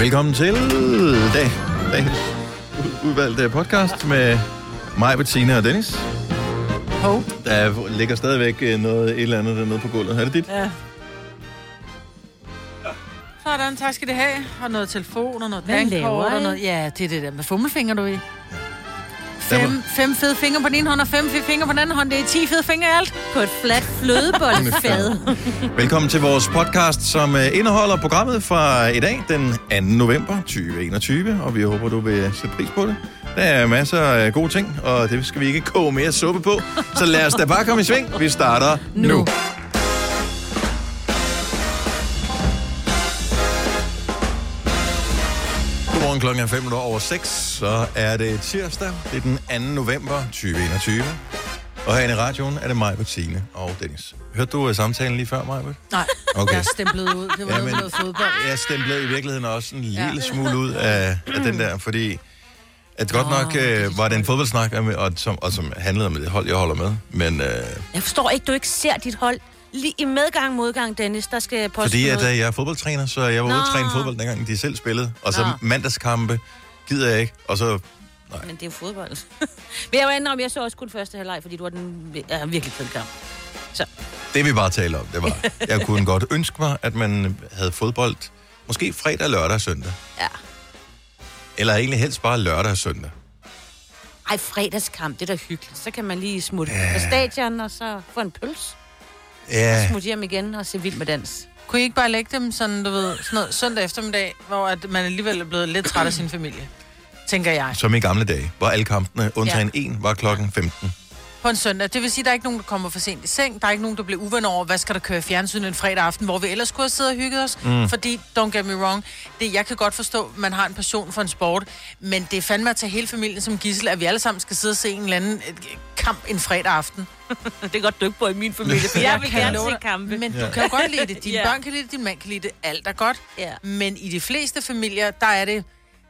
Velkommen til dag, dagens udvalgte podcast med mig, Bettina og Dennis. Hov. Der ligger stadigvæk øh, noget et eller andet dernede på gulvet. Er det dit? Ja. Sådan, tak skal det have. Og noget telefon og noget Hvad laver bankkort I? og noget... Ja, det er det der med fummelfinger, du er i. Der Fem, var- fem fede fingre på den ene hånd, og fem fede fingre på den anden hånd. Det er ti fede fingre i alt. På et fladt flødeboldfad. Velkommen til vores podcast, som øh, indeholder programmet fra i dag, den 2. november 2021, og vi håber, du vil sætte pris på det. Der er masser af gode ting, og det skal vi ikke koge mere suppe på, så lad os da bare komme i sving. Vi starter nu. nu. Godmorgen klokken er 5 minutter over 6, så er det tirsdag, det er den 2. november 2021. Og herinde i radioen er det mig, Bettine og Dennis. Hørte du øh, samtalen lige før, Maja? Nej, Okay. okay. jeg er stemplet ud. Det var Ja, noget, men- med noget fodbold. jeg stemplede i virkeligheden også en lille ja. smule ud af, af den der, fordi at godt nok øh, var det en fodboldsnak, og, og, som, og som handlede om det hold, jeg holder med. Men øh, Jeg forstår ikke, du ikke ser dit hold. Lige i medgang modgang, Dennis, der skal poste fordi at, noget. øh, jeg er fodboldtræner, så jeg var ude at Nå. træne fodbold, dengang de selv spillede. Og så Nå. mandagskampe gider jeg ikke. Og så, Men det er jo fodbold. Men jeg må ændre om, jeg så også kun første halvleg, fordi du var den ja, virkelig fed kamp. det vi bare talte om, det var, jeg kunne godt ønske mig, at man havde fodbold måske fredag, lørdag og søndag. Ja. Eller egentlig helst bare lørdag og søndag. Ej, fredagskamp, det er da hyggeligt. Så kan man lige smutte ja. på stadion, og så få en pølse. Ja, Smutte hjem igen og se vild med dans. Kunne I ikke bare lægge dem sådan, du ved, sådan noget søndag eftermiddag, hvor at man alligevel er blevet lidt træt af sin familie? Tænker jeg. som i gamle dage, hvor alle kampene, undtagen en, var klokken 15. På en søndag. Det vil sige, at der er ikke nogen, der kommer for sent i seng. Der er ikke nogen, der bliver uven over, hvad skal der køre i fjernsynet en fredag aften, hvor vi ellers kunne have siddet og hygget os. Mm. Fordi, don't get me wrong, det, jeg kan godt forstå, at man har en passion for en sport, men det er fandme at tage hele familien som gissel, at vi alle sammen skal sidde og se en eller anden øh, kamp en fredag aften. Det er godt, du ikke bor i min familie, for jeg vil kan gerne love se dig. kampe. Men Men du kan jo godt lide det. Dine Ja. børn kan lide det, din mand kan lide det. Alt er godt. Ja. Men i de fleste familier, der er det...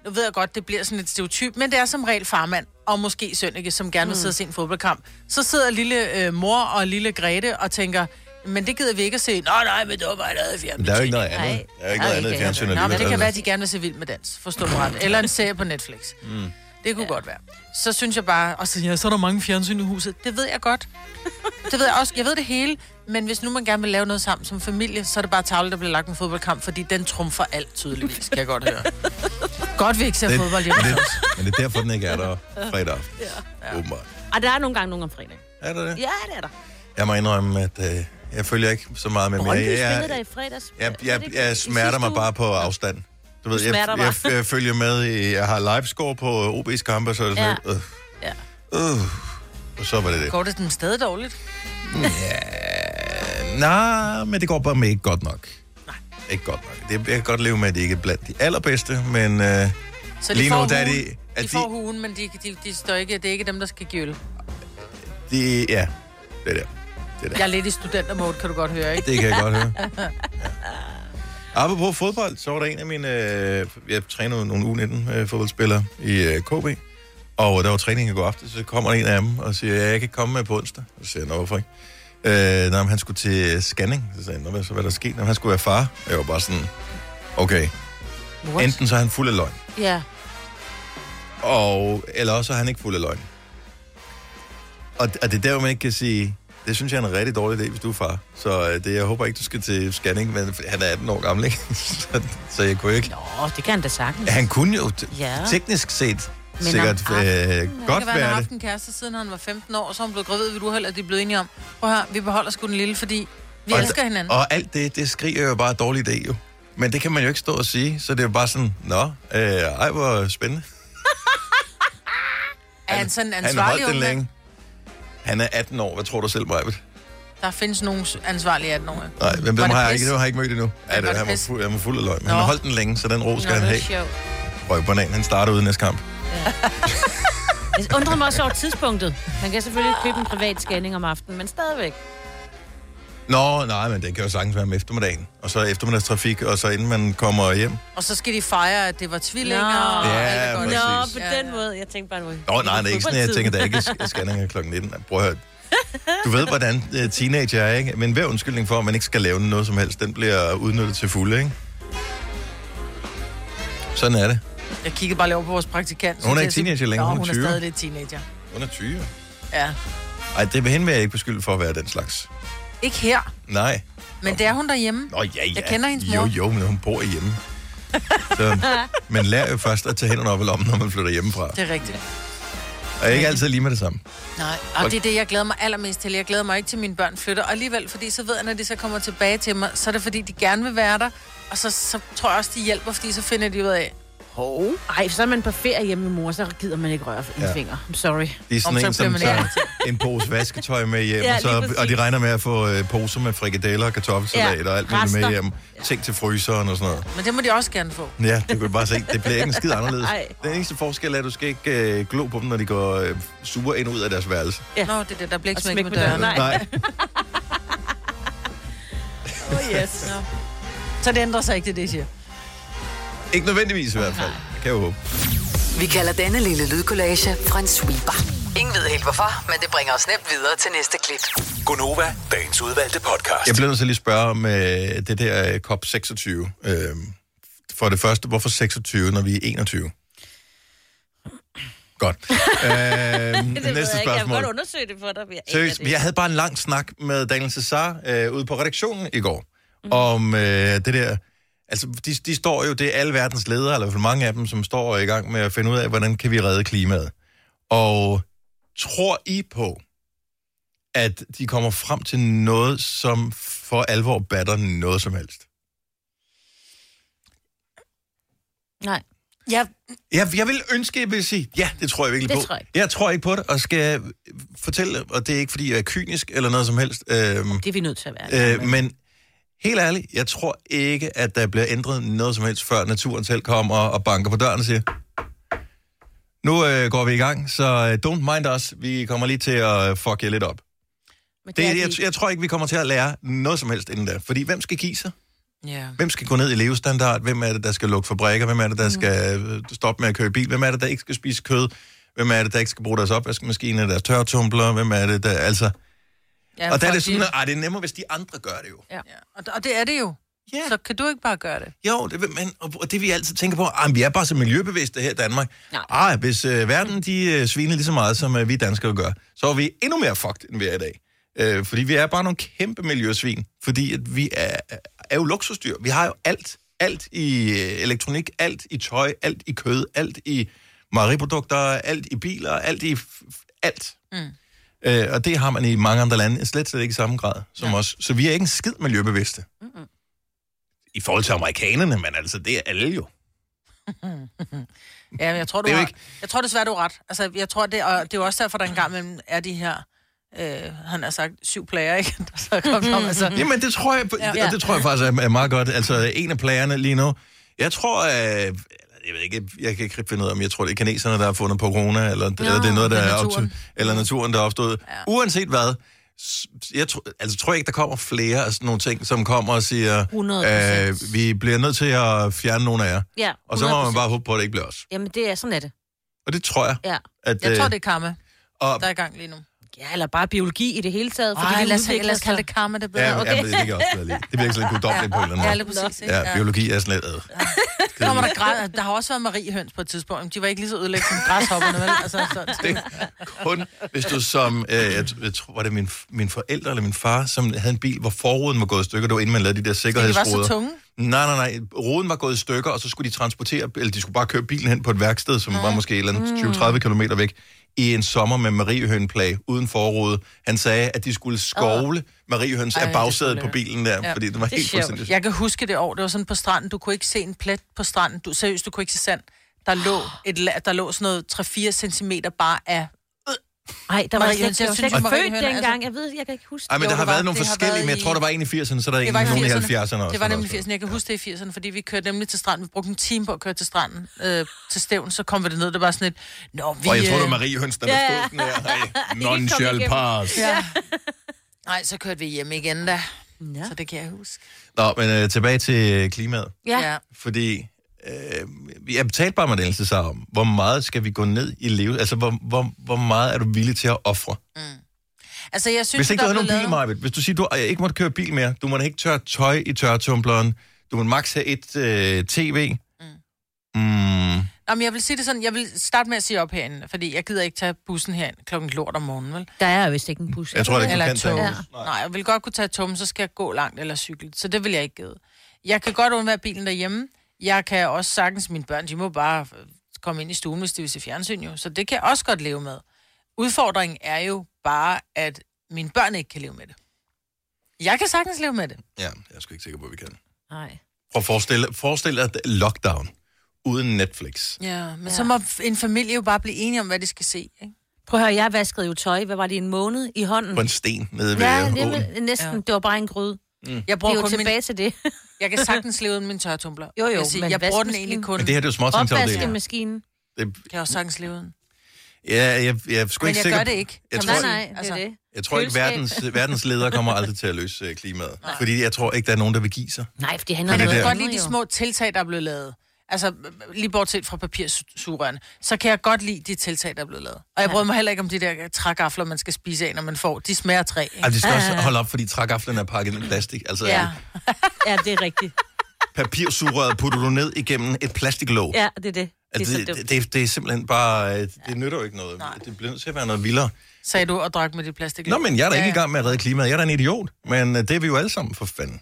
Nu ved jeg godt, det bliver sådan et stereotyp, men det er som regel farmand og måske Sønneke, som Mm. gerne vil sidde og se en fodboldkamp. Så sidder lille øh, mor og lille Grete og tænker, men det gider vi ikke at se. Nå nej, men det var bare lavet i fjernsynet. Men der er jo ikke noget andet. Nej. Der er jo ikke Nej, noget andet i ikke fjernsynet. Nå, men det alligevel. kan være, at de gerne vil se vild med dans. Forstå mig ret. Eller en serie på Netflix. Mm. Det kunne ja. godt være. Så synes jeg bare, og så, ja, så er der mange fjernsyn i huset. Det ved jeg godt. Det ved jeg også. Jeg ved det hele. Men hvis nu man gerne vil lave noget sammen som familie, så er det bare tavle, der bliver lagt en fodboldkamp, fordi den trumfer alt tydeligvis, kan jeg godt høre. Godt, vi ikke ser Det- fodbold hjemme. men, det, men det er derfor, den ikke er der fredag aften. Ja. Åbenbart. og der er nogle gange nogen om fredag. Er der det? Ja, det er der. Jeg må indrømme, at øh, jeg følger ikke så meget med. men Brøndby jeg, spillede der i jeg, fredags. jeg, Er det jeg, ikke i jeg smerter sidste mig uge? bare på afstand. Du ved, jeg, smerter jeg, bare. jeg følger med. i- Jeg har livescore på øh, OB's kampe, så er det sådan, Ja. øh, Ja. øh, og så var det det. Går det den stadig dårligt? Mm. Nej, men det går bare med ikke godt nok. Ikke godt nok. Det, jeg kan godt leve med, at det ikke er blandt de allerbedste, men øh, Så Lige nu, får der er huen. de- er de, de- får huen, men de, de, de står ikke, det er ikke dem, der skal give øl. de, ja, det er der. Det er der. Jeg er lidt i studentermode, kan du godt høre, ikke? Det kan jeg godt høre. Ja. Apropos fodbold, så var der en af mine... Øh, jeg trænede nogle U19-fodboldspillere i øh, KB, og der var træning i går aftes, så kommer en af dem og siger, ja, jeg kan ikke komme med på onsdag. Og så siger jeg, nå, hvorfor ikke? Øh, nej, men han skulle til øh, scanning. Så sagde jeg, nå, hvad, så, hvad er der sket? Nå, men han skulle være far. Jeg var bare sådan, okay, What? enten så er han fuld af løgn, Ja. og, eller også er han ikke fuld af løgn. Og, og det er der, hvor man ikke kan sige, det synes jeg er en rigtig dårlig idé, hvis du er far. Så øh, det, jeg håber ikke, du skal til scanning, men han er 18 år gammel, ikke? så, så jeg kunne ikke... Nå, det kan han da sagtens. Han kunne jo t- ja. Ja. teknisk set Men sikkert om øh, Det kan godt være, han har være haft det. en kæreste, siden han var 15 år, og så er hun blevet gravid ved du held, at de er blevet enige om. Prøv her, vi beholder sgu den lille, fordi vi og elsker hinanden. Og... Og alt det, det skriger jo bare dårlig idé, jo. Men det kan man jo ikke stå og sige, så det er jo bare sådan, nå, øh, ej, hvor spændende. Er han sådan en Han ansvarlig holdt han den længe. længe. Han er 18 år, hvad tror du selv, Majbet? Der findes nogen ansvarlige 18 år. Nej, Nej, hvem, hvem har jeg ikke, dem har jeg ikke mødt endnu. var Ja, det, det han, var pis? fuld, han var fuld af løgn. men Nå. Han holdt den længe, så den ro skal Nå, han det have. er sjovt. Røg banan, han starter ude næste kamp. Jeg undrer mig også over tidspunktet. Man kan selvfølgelig ikke købe en privat scanning om aftenen, men stadigvæk. Nå, nej, men det kan jo sagtens være om eftermiddagen. Og så eftermiddagstrafik, og så inden man kommer hjem. Og så skal de fejre, at det var tvillinger. Nå. og Ja, alt er godt. præcis. Nå, Nå, på Ja, den ja. måde. Jeg tænkte bare, nu... Nå, nej, det er ikke sådan, jeg tænker, der er ikke sk- scanninger kl. 19. Prøv at høre. Du ved, hvordan øh, teenager er, ikke? Men hver undskyldning for, at man ikke skal lave noget som helst, den bliver udnyttet til fulde, ikke? Sådan er det. Jeg kigger bare lige over på vores praktikant. Hun er Så ikke til at sige- teenager længere, Nå, hun er hun er 20. stadig lidt teenager. Under 20. Ja. Ej, det vil hende vil jeg ikke beskylde for at være den slags. Ikke her, Nej. men det er hun derhjemme. Nå, ja, ja. Jeg kender hendes Jo, mor. jo, men hun bor hjemme. Så man lærer jo først at tage hænderne op i lommen, når man flytter hjemmefra. Det er rigtigt. Og ikke altid lige med det samme. Nej, og det er det, jeg glæder mig allermest til. Jeg glæder mig ikke til, at mine børn flytter. Og alligevel, fordi så ved jeg, når de så kommer tilbage til mig, så er det, fordi de gerne vil være der. Og så, så tror jeg også, de hjælper, fordi så finder de ud af, Hov. Ej, så er man på ferie hjemme med mor, så gider man ikke røre for Ja. ja. finger. I'm sorry. Det øhm, er sådan Om så en, som bliver man tager en pose vasketøj med hjem, Ja, ja, lige så, præcis. og de regner med at få øh, poser med frikadeller og kartoffelsalat Ja, ja, og alt muligt med rester. hjem. Ting til fryseren og sådan noget. men det må de også gerne få. Ja, du kan bare se, det bliver ikke en skid anderledes. Ej. Den eneste forskel er, at du skal ikke øh, glo på dem, når de går øh, sure ind og ud af deres værelse. Ja. Nå, det er det, der bliver ikke Og smæk smæk med med døren. døren. Nej. Oh, yes. Nå. Så det ændrer sig ikke, det er det jeg siger. Ikke nødvendigvis i hvert fald. Det kan jeg jo håbe. Vi kalder denne lille lydkollage Frans sweeper. Ingen ved helt hvorfor, men det bringer os nemt videre til næste klip. Gunova, dagens udvalgte podcast. Jeg bliver nødt til lige at spørge om øh, det der øh, COP26. Øh, for det første, hvorfor 26, når vi er 21? Godt. Øh, Det ved næste jeg ikke. Jeg vil godt spørgsmål. undersøge det for dig. men Jeg aner Seriøst, det. jeg havde bare en lang snak med Daniel Cesar øh, ude på redaktionen i går, mm. om øh, det der... Altså, de, de står jo, det er alle verdens ledere, eller i hvert fald mange af dem, som står i gang med at finde ud af, hvordan kan vi redde klimaet. Og tror I på, at de kommer frem til noget, som for alvor batter noget som helst? Nej. Ja, Jeg, jeg vil ønske, at jeg vil sige, ja, det tror jeg virkelig Det på. tror jeg jeg tror ikke på det, og skal fortælle, og det er ikke, fordi jeg er kynisk eller noget som helst. Øhm, Det er vi nødt til at være. Øh, men helt ærligt, jeg tror ikke, at der bliver ændret noget som helst, før naturen selv kommer og banker på døren og siger, nu øh, går vi i gang, så øh, don't mind us, vi kommer lige til at øh, fuck jer lidt op. Men Det, er jeg, vi- jeg tror ikke, vi kommer til at lære noget som helst inden da, fordi hvem skal give sig? ja. Hvem skal gå ned i levestandard? Hvem er det, der skal lukke fabrikker? Hvem er det, Mm. der skal øh, stoppe med at køre i bil? Hvem er det, der ikke skal spise kød? Hvem er det, der ikke skal bruge deres opvaskemaskine, deres tørretumbler? Hvem er det, der... Altså, ja og der er folk, det sådan, de- at ah, det er nemmere, hvis de andre gør det jo. Ja. Og, og det er det jo. Ja. Så kan du ikke bare gøre det. Jo, det, vil man, og og det vi altid tænker på, ah, vi er bare så miljøbevidste her i Danmark. Nej. Ah, hvis øh, verden de øh, sviner lige så meget, som øh, vi danskere gør, så er vi endnu mere fucked, end vi er i dag. Øh, fordi vi er bare nogle kæmpe miljøsvin, fordi at vi er, er jo luksusdyr. Vi har jo alt. Alt i øh, elektronik, alt i tøj, alt i kød, alt i mejeriprodukter, alt i biler, alt i... f- f- alt. Mm. Øh, og det har man i mange andre lande slet, slet ikke i samme grad som os. Så vi er ikke en skid miljøbevidste i forhold til amerikanerne, men altså, det er alle jo. Ja, men jeg tror, du Det er jo har, ikke- jeg tror desværre, du har ret. Altså, jeg tror, det, og det er jo også derfor, der engang mellem er de her, øh, han har sagt, syv plager, ikke? Der så er kommet om, altså, Jamen, det tror jeg, ja. det, det tror jeg faktisk er, er meget godt. Altså, en af plagerne lige nu. Jeg tror, øh, jeg ved ikke, jeg kan ikke rigtig finde ud af, om jeg tror, det er kineserne, der har fundet på corona, eller, Nå, eller det er noget, der det er er naturen. opstået, eller naturen, der er opstået. Ja. Uanset hvad, s- jeg tror, altså, tror jeg ikke, der kommer flere af sådan nogle ting, som kommer og siger, øh, 100%. vi bliver nødt til at fjerne nogle af jer. Ja, Og så må man 100%. bare håbe på, at det ikke bliver os. Jamen, det er sådan er det. Og det tror jeg. Ja. At, jeg tror, øh, det er karma, og, der er i gang lige nu. Ja, eller bare biologi i det hele taget. Fordi Ej, det lad os, udvikler lad os kalde sig. det karma, det er bedre. Ja, okay. ja, det kan jeg også bedre lide. Det virker sådan lidt guddommeligt på en eller anden Ja, måde. lige præcis. Ikke? Ja, biologi er sådan lidt ad. Kommer der, græ- der har også været mariehøns på et tidspunkt. De var ikke lige så ødelægge som græshopperne, vel? Altså, sådan. Det, kun hvis du som, øh, jeg, jeg tror, var det min, min forældre eller min far, som havde en bil, hvor forruden var gået i stykker. Det var inden man lavede de der De var sikkerhedsruder. så tunge. Nej, nej, nej. Roden var gået i stykker, og så skulle de transportere, eller de skulle bare køre bilen hen på et værksted, som var måske et eller Mm. andet 20-30 km væk, i en sommer med mariehønplage uden forråd. Han sagde, at de skulle skovle mariehøns Ej, af det bagsædet skulle på jeg. bilen der, Ja, fordi det var det er helt sjovt. fuldstændig... Jeg kan huske det år, det var sådan på stranden, du kunne ikke se en plet på stranden. Du, seriøst, du kunne ikke se sand. Der lå, et, la- der lå sådan noget 3-4 cm bare af... Nej, der var Marie slet Jens, ikke. Jeg jeg var synes, slet ikke altså. Marie født Høner, dengang. Jeg ved, jeg kan ikke huske Ej, men Jo, der det har var- været nogle det har forskellige, været men jeg i- tror, der var en i 80'erne, så er der Det en var i nogen i 80'erne. 70'erne også. altså. Det og var sådan nemlig noget. 80'erne. Jeg kan huske det i 80'erne, fordi vi kørte nemlig til stranden. Vi brugte en time på at køre til stranden, øh, til stævn. Så kom vi derned, det var sådan et... Nå, vi... Og jeg tror, det øh, var Marie Høns, der ja. Ja. stod sådan her. Hey, kan komme non shall igennem. pass. Ja. Nej, så kørte vi hjem igen da. Ja. Så det kan jeg huske. Nå, men øh, tilbage til øh, klimaet. Ja. ja. Fordi øh, jeg betalte bare med den så om, hvor meget skal vi gå ned i leve? Altså, hvor, hvor, hvor meget er du villig til at ofre? Altså, jeg synes, Hvis ikke du der havde blev nogen lavet- bil, Marvitt, hvis du siger, du øh, ikke måtte køre bil mere, du må ikke tørre tøj i tørretumbleren, du må max have et øh, tv, Mm, Nå, men jeg vil sige det sådan, jeg vil starte med at sige op herinde, fordi jeg gider ikke tage bussen herind klokken lort om morgenen, vel? Der er jo vist ikke en bus. jeg tror, det ikke, Eller kan tog. tage Ja. hus. Nej, jeg vil godt kunne tage tog, men så skal jeg gå langt eller cykle. Så det vil jeg ikke give. Jeg kan godt undvære bilen derhjemme. Jeg kan også sagtens, mine børn, de må bare øh, komme ind i stuen, hvis de vil se fjernsyn jo. Så det kan jeg også godt leve med. Udfordringen er jo bare, at mine børn ikke kan leve med det. Jeg kan sagtens leve med det. Ja, jeg er sgu ikke sikker på, at vi kan. Nej. Prøv at forestille, forestil dig at lockdown uden Netflix. Ja, men ja. så må en familie jo bare blive enige om, hvad de skal se. Ikke? Prøv at høre, jeg vaskede jo tøj, hvad var det, en måned i hånden? Mm. På en sten nede ved Ja, ja, det åen. var næsten, ja. det var bare en gryde. Mm. Jeg Vi bruger er jo kun min, tilbage til det. jeg kan sagtens leve uden min tørretumbler. Jo, jo, jeg, siger, men jeg bruger den vaskemaskinen? egentlig kun. Men Det... Kan det her, det er jo småtingsafdelingen. Opvaskemaskinen. Det, jeg også sagtens leve uden. ja, jeg, jeg er sgu Men ikke jeg sikker. gør det ikke. Jeg Kan tror, Nej, man- nej, det Altså, er det. jeg tror ikke, Køleskab. verdens, verdens ledere kommer aldrig til at løse øh, klimaet. Nej. Fordi jeg tror ikke, der er nogen, der vil give sig. Nej, for det handler Men om jeg Jeg noget kan godt Ja. andet lide de jo. små tiltag, der er blevet lavet. Altså, lige bortset fra papirsugerøren, så kan jeg godt lide de tiltag, der er blevet lavet. Og jeg bryder mig heller ikke om de der trægafler, man skal spise af, når man får. De smager af træ, ikke? Altså, det skal også Ah. holde op, fordi trægaflen er pakket i plastik. Altså, Ja. ja. Øh. Ja, det er rigtigt. papirsugerøret putter du ned igennem et plastiklåg. Ja, det er det. Det er Altså, så det, dumt. det, det, det er simpelthen bare... øh, Det nytter jo ikke noget. Det bliver nødt til at være noget vildere. Sagde du og drak med dit plastik. Nå, men jeg er da ikke i gang med at redde klimaet. Jeg er da en idiot. Men øh, det er vi jo alle sammen, for fanden.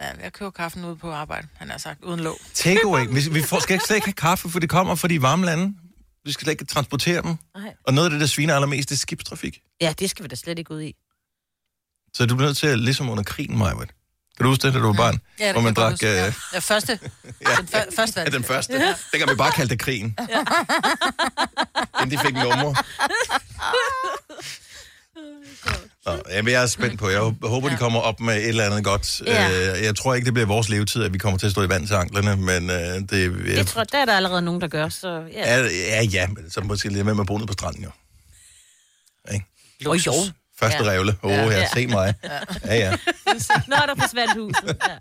Ja, jeg køber kaffen ude på arbejde, han har sagt, uden låg. Takeaway. Vi, vi får, skal ikke slet ikke have kaffe, for det kommer fra de varme lande. Vi skal slet ikke transportere dem. Nej. Og noget af det, der sviner allermest, det er skibstrafik. Ja, det skal vi da slet ikke ud i. Så du bliver nødt til at, ligesom under krigen, Majbert. Kan du huske det, da du var barn? Ja, det hvor kan jeg godt man drak... huske. Øh, ja. ja, første. Den før, første Ja, den første. Det kan vi bare kalde det krigen. Ja. Inden de fik nummer. Nå, jamen, jeg er spændt på. Jeg håber, de kommer op med et eller andet godt. Ja. Øh, Jeg tror ikke, det bliver vores levetid, at vi kommer til at stå i vand til anklerne, men øh, det... Jeg, Det tror, der er der allerede nogen, der gør, så ja. Ja, ja, ja, men så måske lidt med at bo nede på stranden, jo. Ikke? Og jo. Første Ja. revle. Åh, oh, ja, se mig. Ja, ja. Nå, der forsvandt huset. Ja.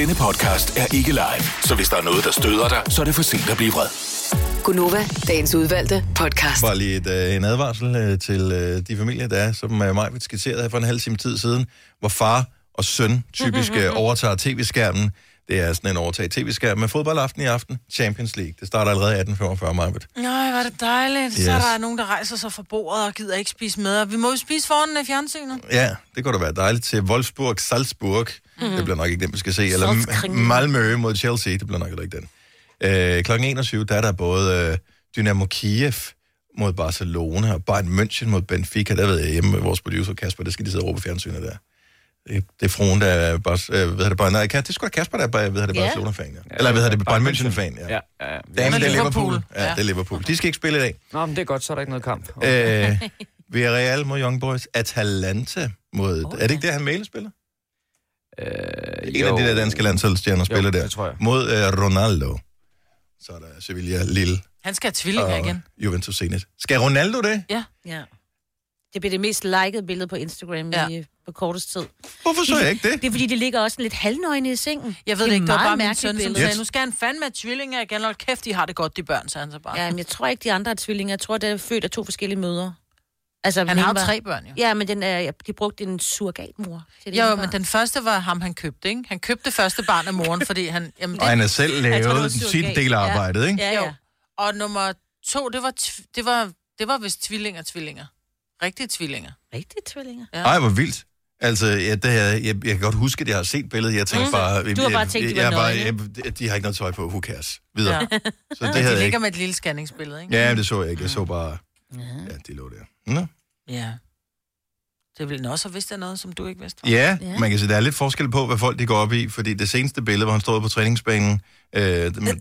Denne podcast er ikke live, så hvis der er noget, der støder dig, så er det for sent at blive vred. Gunova, dagens udvalgte podcast. Bare lige et, øh, en advarsel øh, til øh, de familier, der er, som øh, mig skitseret her for en halv time tid siden, hvor far og søn typisk øh, overtager tv-skærmen. Det er sådan en overtag tv-skærmen med fodboldaften i aften. Champions League. Det starter allerede 18.45, Marvitt. Nej, var det dejligt. Yes. Så er Yes. der nogen, der rejser sig fra bordet og gider ikke spise med. Og vi må jo spise foran af fjernsynet. Ja, det kunne da være dejligt til Wolfsburg, Salzburg. Mm-hmm. Det bliver nok ikke den, vi skal se. Eller Salzkring. Malmø mod Chelsea. Det bliver nok heller ikke den. Øh, klokken 21, der er der både øh, Dynamo Kiev mod Barcelona og Bayern München mod Benfica. Der ved jeg hjemme med vores producer Kasper, der skal de sidde og råbe i fjernsynet der. Det, Øh, det er fruen, der er Bars, øh, hvad hedder det, bare, nej, det er sgu da Kasper, der er bare, hvad hedder det, Ja. Barcelona-fan. Ja. Eller hvad hedder det, Bayern München-fan. Ja. Ja, ja, ja. Damen, Og det er Liverpool. Liverpool. Ja, Ja. det er Liverpool. De skal ikke spille i dag. Nå, men det er godt, så er der ikke noget kamp. Okay. Øh, Villarreal mod Young Boys. Atalanta mod... Oh, er det ikke der, han Mæle spiller? Øh, En af de der danske landsholdsstjerner spiller der. det tror jeg. Mod øh, Ronaldo. Så er der Sevilla, Lille Han skal have tvillinger og igen. Juventus Zenit. Skal Ronaldo det? ja. Det bliver det mest likede billede på Instagram ja. i, Ja. på kortest tid. Hvorfor så jeg ikke det? Det er fordi, det ligger også sådan lidt halvnøgne i sengen. Jeg ved det er ikke, det var meget bare min mærkeligt søn, som billede. sagde, Yes. nu skal han fandme have tvillinger igen, og kæft, de har det godt, de børn, sagde han så bare. Ja, men jeg tror ikke, de andre er tvillinger. Jeg tror, det er født af to forskellige mødre. Altså, den han har ene jo var- tre børn, jo. Ja, men den er, de brugte en surrogatmor. til det ene Jo, jo, barn. men den første var ham, han købte, ikke? Han købte det første barn af moren, fordi han... Jamen, Og det, han har selv Jeg tror, det var lavet sit surrogat. del af arbejdet, ikke? Ja, jo. ja. Og nummer to, det var, tv- det var, det var vist tvillinger, tvillinger. Rigtige tvillinger. Rigtige tvillinger. Ja. Ej, hvor vildt. Altså, ja, det her, jeg, jeg kan godt huske, at jeg har set billedet. Jeg tænkte bare... Mm. Du har bare jeg- tænkt, de jeg, var var nøgne. jeg, De har ikke noget tøj på. Who cares? Videre. Ja. Så det havde De jeg ligger ikke. med et lille scanningsbillede, ikke? Ja, det så jeg ikke. Jeg så bare... Ja, de lå der. Nå. ja. Det ville den også have vidst af noget, som du ikke vidste. Ja, Ja. man kan se, der er lidt forskel på, hvad folk de går op i, fordi det seneste billede, hvor han stod på træningsbanen, øh,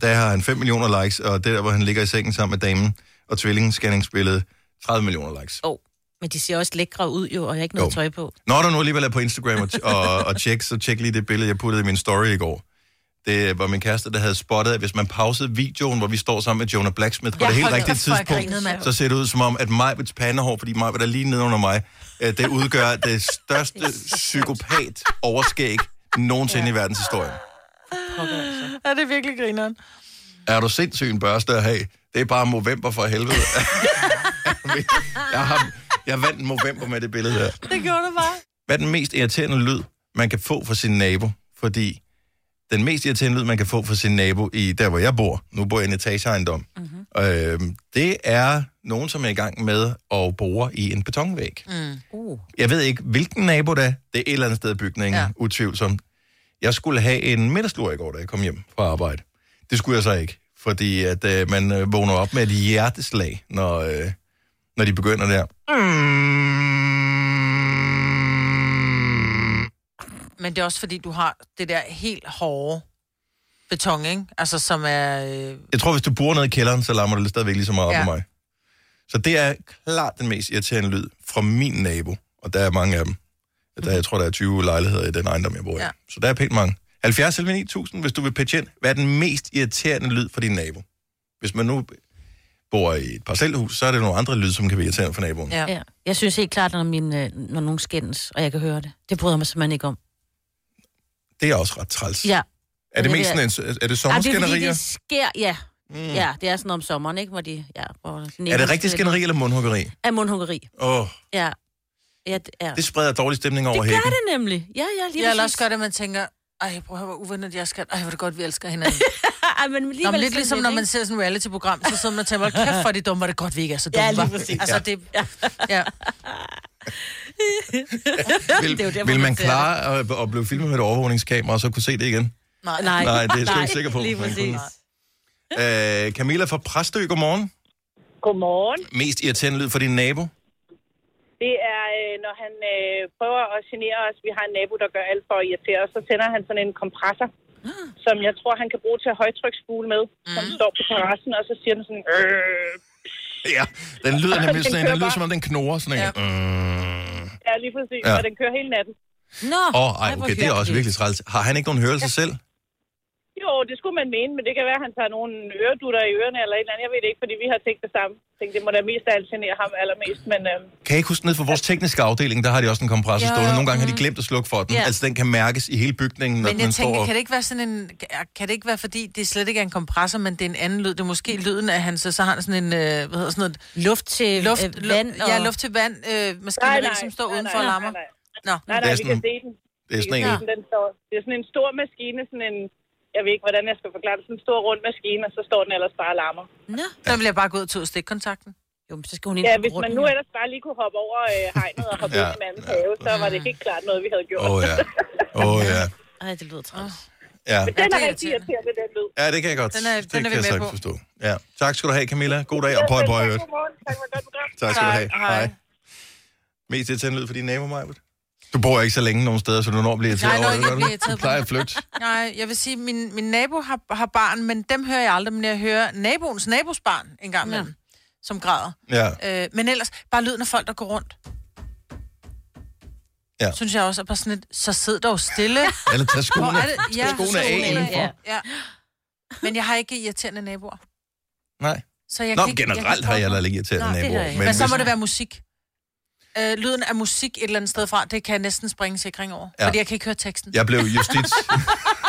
der har han 5 millioner likes, og det der, hvor han ligger i sengen sammen med damen og tvillingsscanningsbilledet, 30 millioner likes. Oh. Men de ser også lækre ud jo, og jeg har ikke noget Jo. tøj på. Når du nu alligevel er på Instagram og, t- og, og tjek, så tjek lige det billede, jeg puttede i min story i går. Det var min kæreste, der havde spottet, at hvis man pausede videoen, hvor vi står sammen med Jonah Blacksmith på Jeg det helt holdt rigtige op, hvor jeg tidspunkt, grinede, mand. så ser det ud som om, at Majbets pandehår, fordi Majbet er lige nede under mig, øh, det udgør det største psykopat-overskæg nogensinde i verdenshistorien. Ja, det er virkelig grineren. Er du sindssyg en børste at have? Det er bare november for helvede. jeg, har, jeg vandt november med det billede her. Det gjorde du bare. Hvad er den mest irriterende lyd, man kan få fra sin nabo? Fordi den mest irriterende lyd, man kan få fra sin nabo i der, hvor jeg bor. Nu bor jeg i en etageejendom. Mm-hmm. Øh, det er nogen, som er i gang med at bore i en betonvæg. Mm. Uh. Jeg ved ikke, hvilken nabo det er. Det er et eller andet sted i bygningen, ja. Ja. utvivlsomt. Jeg skulle have en middagslur i går, da jeg kom hjem fra arbejde. Det skulle jeg så ikke, fordi at øh, man øh, vågner op med et hjerteslag, når, øh, når de begynder der. Men det er også fordi, du har det der helt hårde beton, ikke? Altså, som er... Øh, Jeg tror, hvis du bor nede i kælderen, så larmer det stadigvæk lige så meget op Ja. ja. mig. Så det er klart den mest irriterende lyd fra min nabo, og der er mange af dem. Der, jeg tror, der er 20 lejligheder i den ejendom, jeg bor i. Ja. Ja. Så der er pænt mange. 70 11 9000, hvis du vil pitche ind. Hvad er den mest irriterende lyd for din nabo? Hvis man nu bor i et parcelhus, så er det nogle andre lyd, som kan være irriterende for naboen. Ja. ja. Ja. Jeg synes helt klart, når, min, øh, når nogen skændes, og jeg kan høre det, det bryder jeg mig simpelthen ikke om. Det er også ret træls. Ja. Er det det mest er- sådan en, er det Ej, det er sommerskænderier? fordi, det sker, ja. Mm. Ja, det er sådan om sommeren, ikke? Hvor de, ja, hvor Er det rigtig skænderi eller mundhuggeri? Af mundhuggeri. Åh, oh, Ja. Ja, det er. det spreder dårlig stemning over Det hækken. gør det nemlig. Ja, ja, lige Jeg præcis. eller også gør det, at man tænker, ej, prøv at høre, hvor uvennet jeg skal. Ej, hvor er det godt, vi elsker hinanden. Ej, men alligevel Nå, men lidt sådan ligesom, når ikke? man ser sådan et reality-program, så sidder man og tænker, "Hold kæft for, det er dumt, hvor er det godt, vi ikke er så dumme. Ja, lige hva?" præcis. Altså, det, ja. Vil, er jo derfor, vil man man ser klare at, at blive filmet med et overvågningskamera, og så kunne se det igen? Nej. Nej, Nej, det er jeg slet ikke sikker på, Lige man præcis. Øh, Camilla fra Præstø, godmorgen. Godmorgen. Mest irriterende lyd for din nabo? Det er, øh, når han øh, prøver at genere os. Vi har en nabo, der gør alt for at irritere os. Så tænder han sådan en kompressor, Ah. som jeg tror, han kan bruge til at højtryksspule med, mm. som står på terrassen, og så siger den sådan... Øh, Ja, den lyder nemlig Den sådan, den kører lyder bare. som om den knurrer sådan en. Mm. ja, lige præcis. Ja. Ja. Og den kører hele natten. Nå, Åh, oh, ej, okay, det er også virkelig træls. Har han ikke nogen hørelse selv? Jo, det skulle man mene, men det kan være, at han tager nogle øredutter i ørerne eller et eller andet. Jeg ved det ikke, fordi vi har tænkt det samme. Jeg tænkte, det må da mest af alt genere ham allermest, men... Øh, Kan jeg ikke huske ned fra vores tekniske afdeling, der har de også en kompressor Jo, stående. Nogle jo, gange har de glemt at slukke for den. Ja. Altså, den kan mærkes i hele bygningen, når Men jeg den står... tænker, og- kan det ikke være sådan en... Kan det ikke være, fordi det slet ikke er en kompressor, men det er en anden lyd? Det er måske lyden af han, så, så har han sådan en... Øh, hvad hedder sådan noget? Luft til Luft, luft, øh, vand. og... Ja, luft til vand. Øh, nej, maskineri, nej, som står nej, udenfor og nej, lammer. Nej, nej, Nå. nej, Det nej er vi sådan- kan se den. Det er sådan Vi kan en... se den, den står, det er sådan en stor maskine, sådan en, jeg ved ikke, hvordan jeg skal forklare det, sådan en stor rund maskine, og så står den ellers bare og larmer. Nå. Så vil jeg bare gå ud til ud stikkontakten. Jo, men så skal hun ind Ja, på hvis man grunden. nu ellers bare lige kunne hoppe over øh, hegnet og hoppe Ja, ja, ind i en anden have, så var det helt klart noget, vi havde gjort. Åh, oh, ja. Åh, oh, ja. Ej, det lyder træls. ja. Den det er er rigtig irriterende. irriterende, den lyd. Ja, det kan jeg godt. Den er- det den er vi kan jeg med sagtens på. forstå. Ja. Tak skal du have, Camilla. God dag, og pøj, pøj, øvrigt. Godmorgen. Tak for et godt program. Tak skal du have. Hej. Hej. Mest irriterende lyd for din nabo, Majbert? Du bor ikke så længe nogen steder, så du når at blive irriteret Nej, når over jeg det, ikke gør bliver du? Du irriteret på plejer det. at flytte. Nej, jeg vil sige, min, min nabo har, har barn, men dem hører jeg aldrig, men jeg hører naboens nabos barn en gang imellem, som græder. Ja. Øh, men ellers, bare lyden af folk, der går rundt. Ja. Synes jeg også er bare sådan lidt, så sid dog stille. Eller tag Hvor skoene. er det? Ja, Skoene er af skoene indenfor. af, Ja. Men jeg har ikke irriterende naboer. Nej. Så jeg Nå, kan men ikke- jeg kan generelt ikke har jeg droppe heller ikke irriterende Nej, det har naboer. jeg ikke. Men Men så hvis- må det være musik. Øh, lyden af musik et eller andet sted fra, det kan jeg næsten springe sikring over. Ja. Ja. Fordi jeg kan ikke høre teksten. jeg blev justits.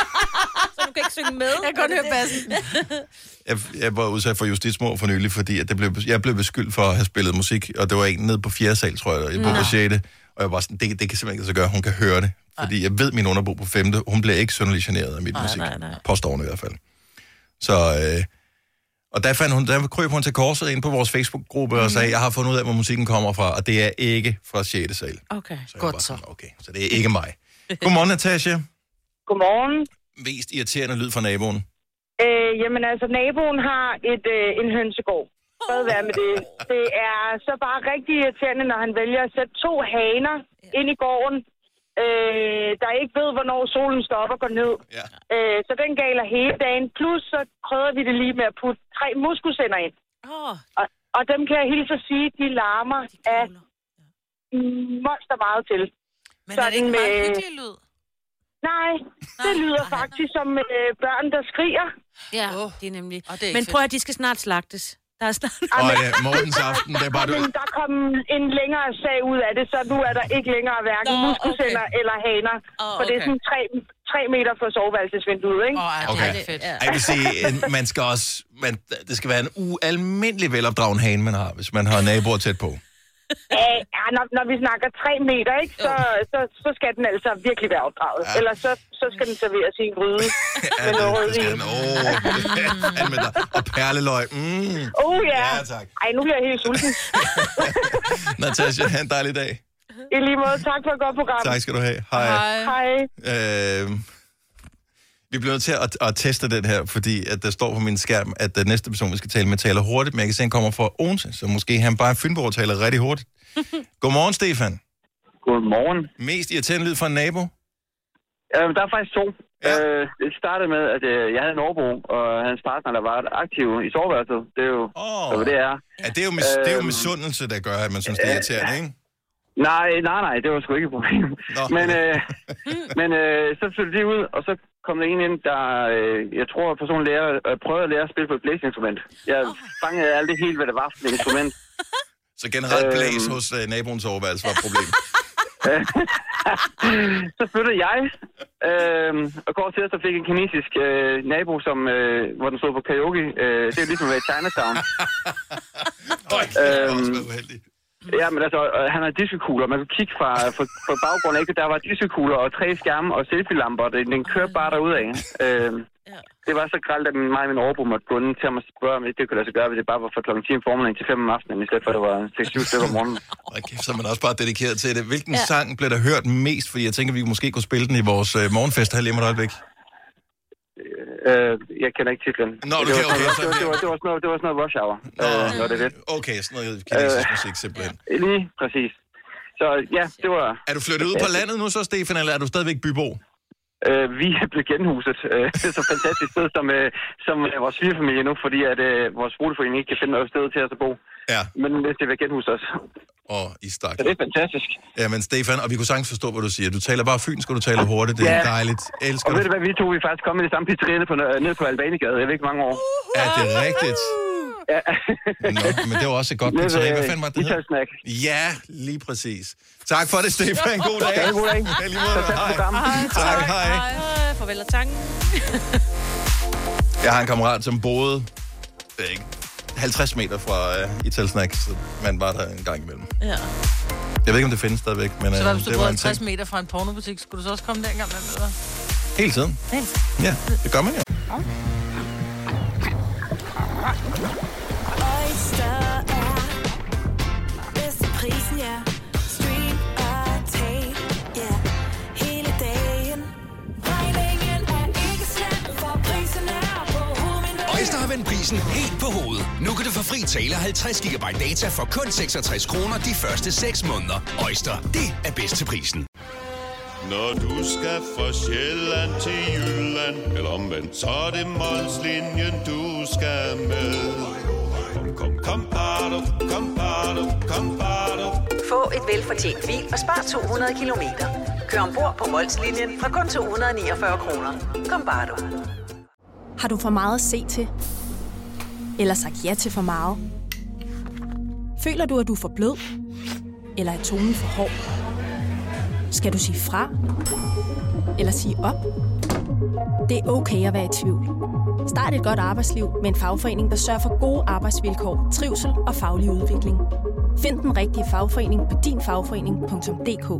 Så du kan ikke synge med? Jeg kan godt høre bassen. Jeg, jeg var udsat for justitsmord for nylig, fordi at det blev, jeg blev beskyldt for at have spillet musik, og det var en nede på 4. sal, tror jeg, og jeg boede på 6. Og jeg var sådan, det, det kan simpelthen ikke så gøre, hun kan høre det. Fordi jeg ved, min underbo på 5. Hun bliver ikke synderligt generet af mit musik. nej, nej. Påstår hun i hvert fald. Så, øh, og der, fandt hun, der kryb hun til korset ind på vores Facebook-gruppe og Mm. sagde, jeg har fundet ud af, hvor musikken kommer fra, og det er ikke fra 6. sal. Okay. Så jeg Godt var så. sådan, Okay, så det er ikke mig. Godmorgen, Natasha. Godmorgen. Mest irriterende lyd fra naboen. Øh, jamen altså, naboen har et, øh, en hønsegård. Fred være med det. Det er så bare rigtig irriterende, når han vælger at sætte to haner ind i gården, øh, der ikke ved, hvornår solen står op og går ned. Ja. Øh, så den galer hele dagen. Plus så krydder vi det lige med at putte tre muskusænder ind. Åh, oh, Og, og dem kan jeg hilse at sige, de larmer de af kugler. monster meget til. Men er det ikke Sådan meget med- hyggelig lyd? Nej, det Nej, lyder nej, faktisk som øh, børn, der skriger. Ja, Åh, det er nemlig. og det er ikke men prøv at de skal snart slagtes. Der er snart... Og ja, morgens aften, det er bare Men du... der kom en længere sag ud af det, så nu er der ikke længere hverken Nå, Nå, muskusænder okay. eller haner. Åh, For det er okay. sådan tre, tre meter fra soveværelsesvinduet, ikke? Åh, ej, Okay. okay. det er fedt. Ja. Ej, Jeg vil sige, en- man skal også... Man, det skal være en ualmindelig velopdragen hane, man har, hvis man har naboer tæt på. Æh, Øh, ja, når, når vi snakker 3 meter, ikke, så, så, så skal den altså virkelig være opdraget. Ja. Ellers så, så skal den serveres i en gryde. Ja, det, det skal den. Åh, ja, men der- og perleløg. Mm. Oh ja. Ja, tak. Ej, nu bliver jeg helt sulten. Natasha, have en dejlig dag. I lige måde, tak for et godt program. Tak skal du have. Hej. Hej. Øh, vi bliver nødt til at, at teste den her, fordi at der står på min skærm, at den næste person, vi skal tale med, taler hurtigt, men jeg kan se, at han kommer fra Odense, så måske han bare er Fynborg og taler rigtig hurtigt. Godmorgen, Stefan. Godmorgen. Mest irriterende lyd fra en nabo. Øh, der er faktisk to. Ja. Ja. Øh, det startede med, at øh, jeg havde en overbo, og hans partner, der var aktiv i soveværelset. Det er jo, Åh. oh. hvad det er. Øh, Ja, det er jo, mis, det er jo misundelse, der gør, at man synes, det er irriterende, ikke? Nej, nej, nej, det var sgu ikke et problem. Nå. Men, øh, men øh, så flyttede de ud, og så kom der en ind, der, øh, jeg tror, personen lærer, øh, prøvede at lære at spille på et blæsinstrument. Jeg fangede aldrig helt, hvad det var for et instrument. Så generelt Øhm. blæs hos øh, naboens overværelse var et problem. så flyttede jeg, øh, og kort til så fik jeg en kinesisk øh, nabo, som, øh, hvor den stod på karaoke. Øh, det er ligesom at være i Chinatown. Øj, det var også været uheldigt. Ja, men altså, øh, han har discokugler. Man kunne kigge fra, fra, fra baggrunden, ikke? Der var discokugler og tre skærme og selfie-lamper. Den, den kørte bare derudad. Øh, det var så grældt, at min, mig og min overbo måtte gå ind til ham og spørge, om ikke det kunne lade sig gøre, hvis det bare var fra kl. 10 om formiddagen til 5 om aftenen, i stedet for, at det var 6-7 stykker om morgenen. Og kæft, så er man også bare dedikeret til det. Hvilken ja. sang blev der hørt mest? Fordi jeg tænker, vi måske kunne spille den i vores øh, morgenfest her lige om et øjeblik. Øh, jeg kender ikke titlen. Nå, det, var okay, sådan okay, noget- så- det, var, det, var, det, var, sådan noget, det var sådan noget rush hour. Øh, var det lidt. Okay, sådan noget kinesisk musik simpelthen. Lige præcis. Så ja, det var... Er du flyttet ud på landet nu så, Stefan, eller er du stadigvæk bybo? Øh, vi er blevet genhuset. Øh, det er så fantastisk sted, som, øh, som øh, vores svigerfamilie nu, fordi at øh, vores boligforening ikke kan finde noget sted til os at bo. Ja, Men hvis det vil genhuset os. og i stak. Så det er fantastisk. Ja, men Stefan, og vi kunne sagtens forstå, hvad du siger. Du taler bare fynsk, og du taler hurtigt. Det er Ja. dejligt. Og Elsker ved du dig. hvad, vi to vi er faktisk kommet i det samme pizzeria nede på, ned på Albanegade. Jeg ved ikke hvor mange år. Er det rigtigt? Ja. Nå, men det var også et godt Nede ved, øh, pizzeria. Hvad fanden var det, det hed? Italsnack. Ja, lige præcis. Tak for det, Stefan. God dag. Ja, god dag. Ja, lige måde. Så tak for Hej. programmet. Tak, hej. Hej, farvel og tanken. Jeg har en kammerat, som boede øh, ikke, 50 meter fra øh, Italsnack, så man var der en gang imellem. Ja. Jeg ved ikke, om det findes stadigvæk, men øh, Så hvis du det boede var en 50 ting. meter fra en pornobutik, skulle du så også komme dengang med med Hele tiden. Ja, det gør man jo. Oyster er bedst til prisen, ja. Stream og tag, ja. Hele dagen. Regningen er ikke slem, for prisen er på hovedet. Øjster har vendt prisen helt på hovedet. Nu kan du få fri tale 50 GB data for kun 66 kroner de første 6 måneder. Øjster, det er bedst til prisen. Når du skal fra Sjælland til Jylland, eller omvendt, så er det Molslinjen, du skal med. Kom, kom, kom, bado, kom, bado, kom, bado. Få et velfortjent bil og spar 200 kilometer. Kør ombord på Molslinjen fra kun 249 kroner. Kom bare du. Har du for meget at se til? Eller sagt ja til for meget? Føler du, at du er for blød? Eller er tonen for hård? Skal du sige fra? Eller sige op? Det er okay at være i tvivl. Start et godt arbejdsliv med en fagforening, der sørger for gode arbejdsvilkår, trivsel og faglig udvikling. Find den rigtige fagforening på dinfagforening.dk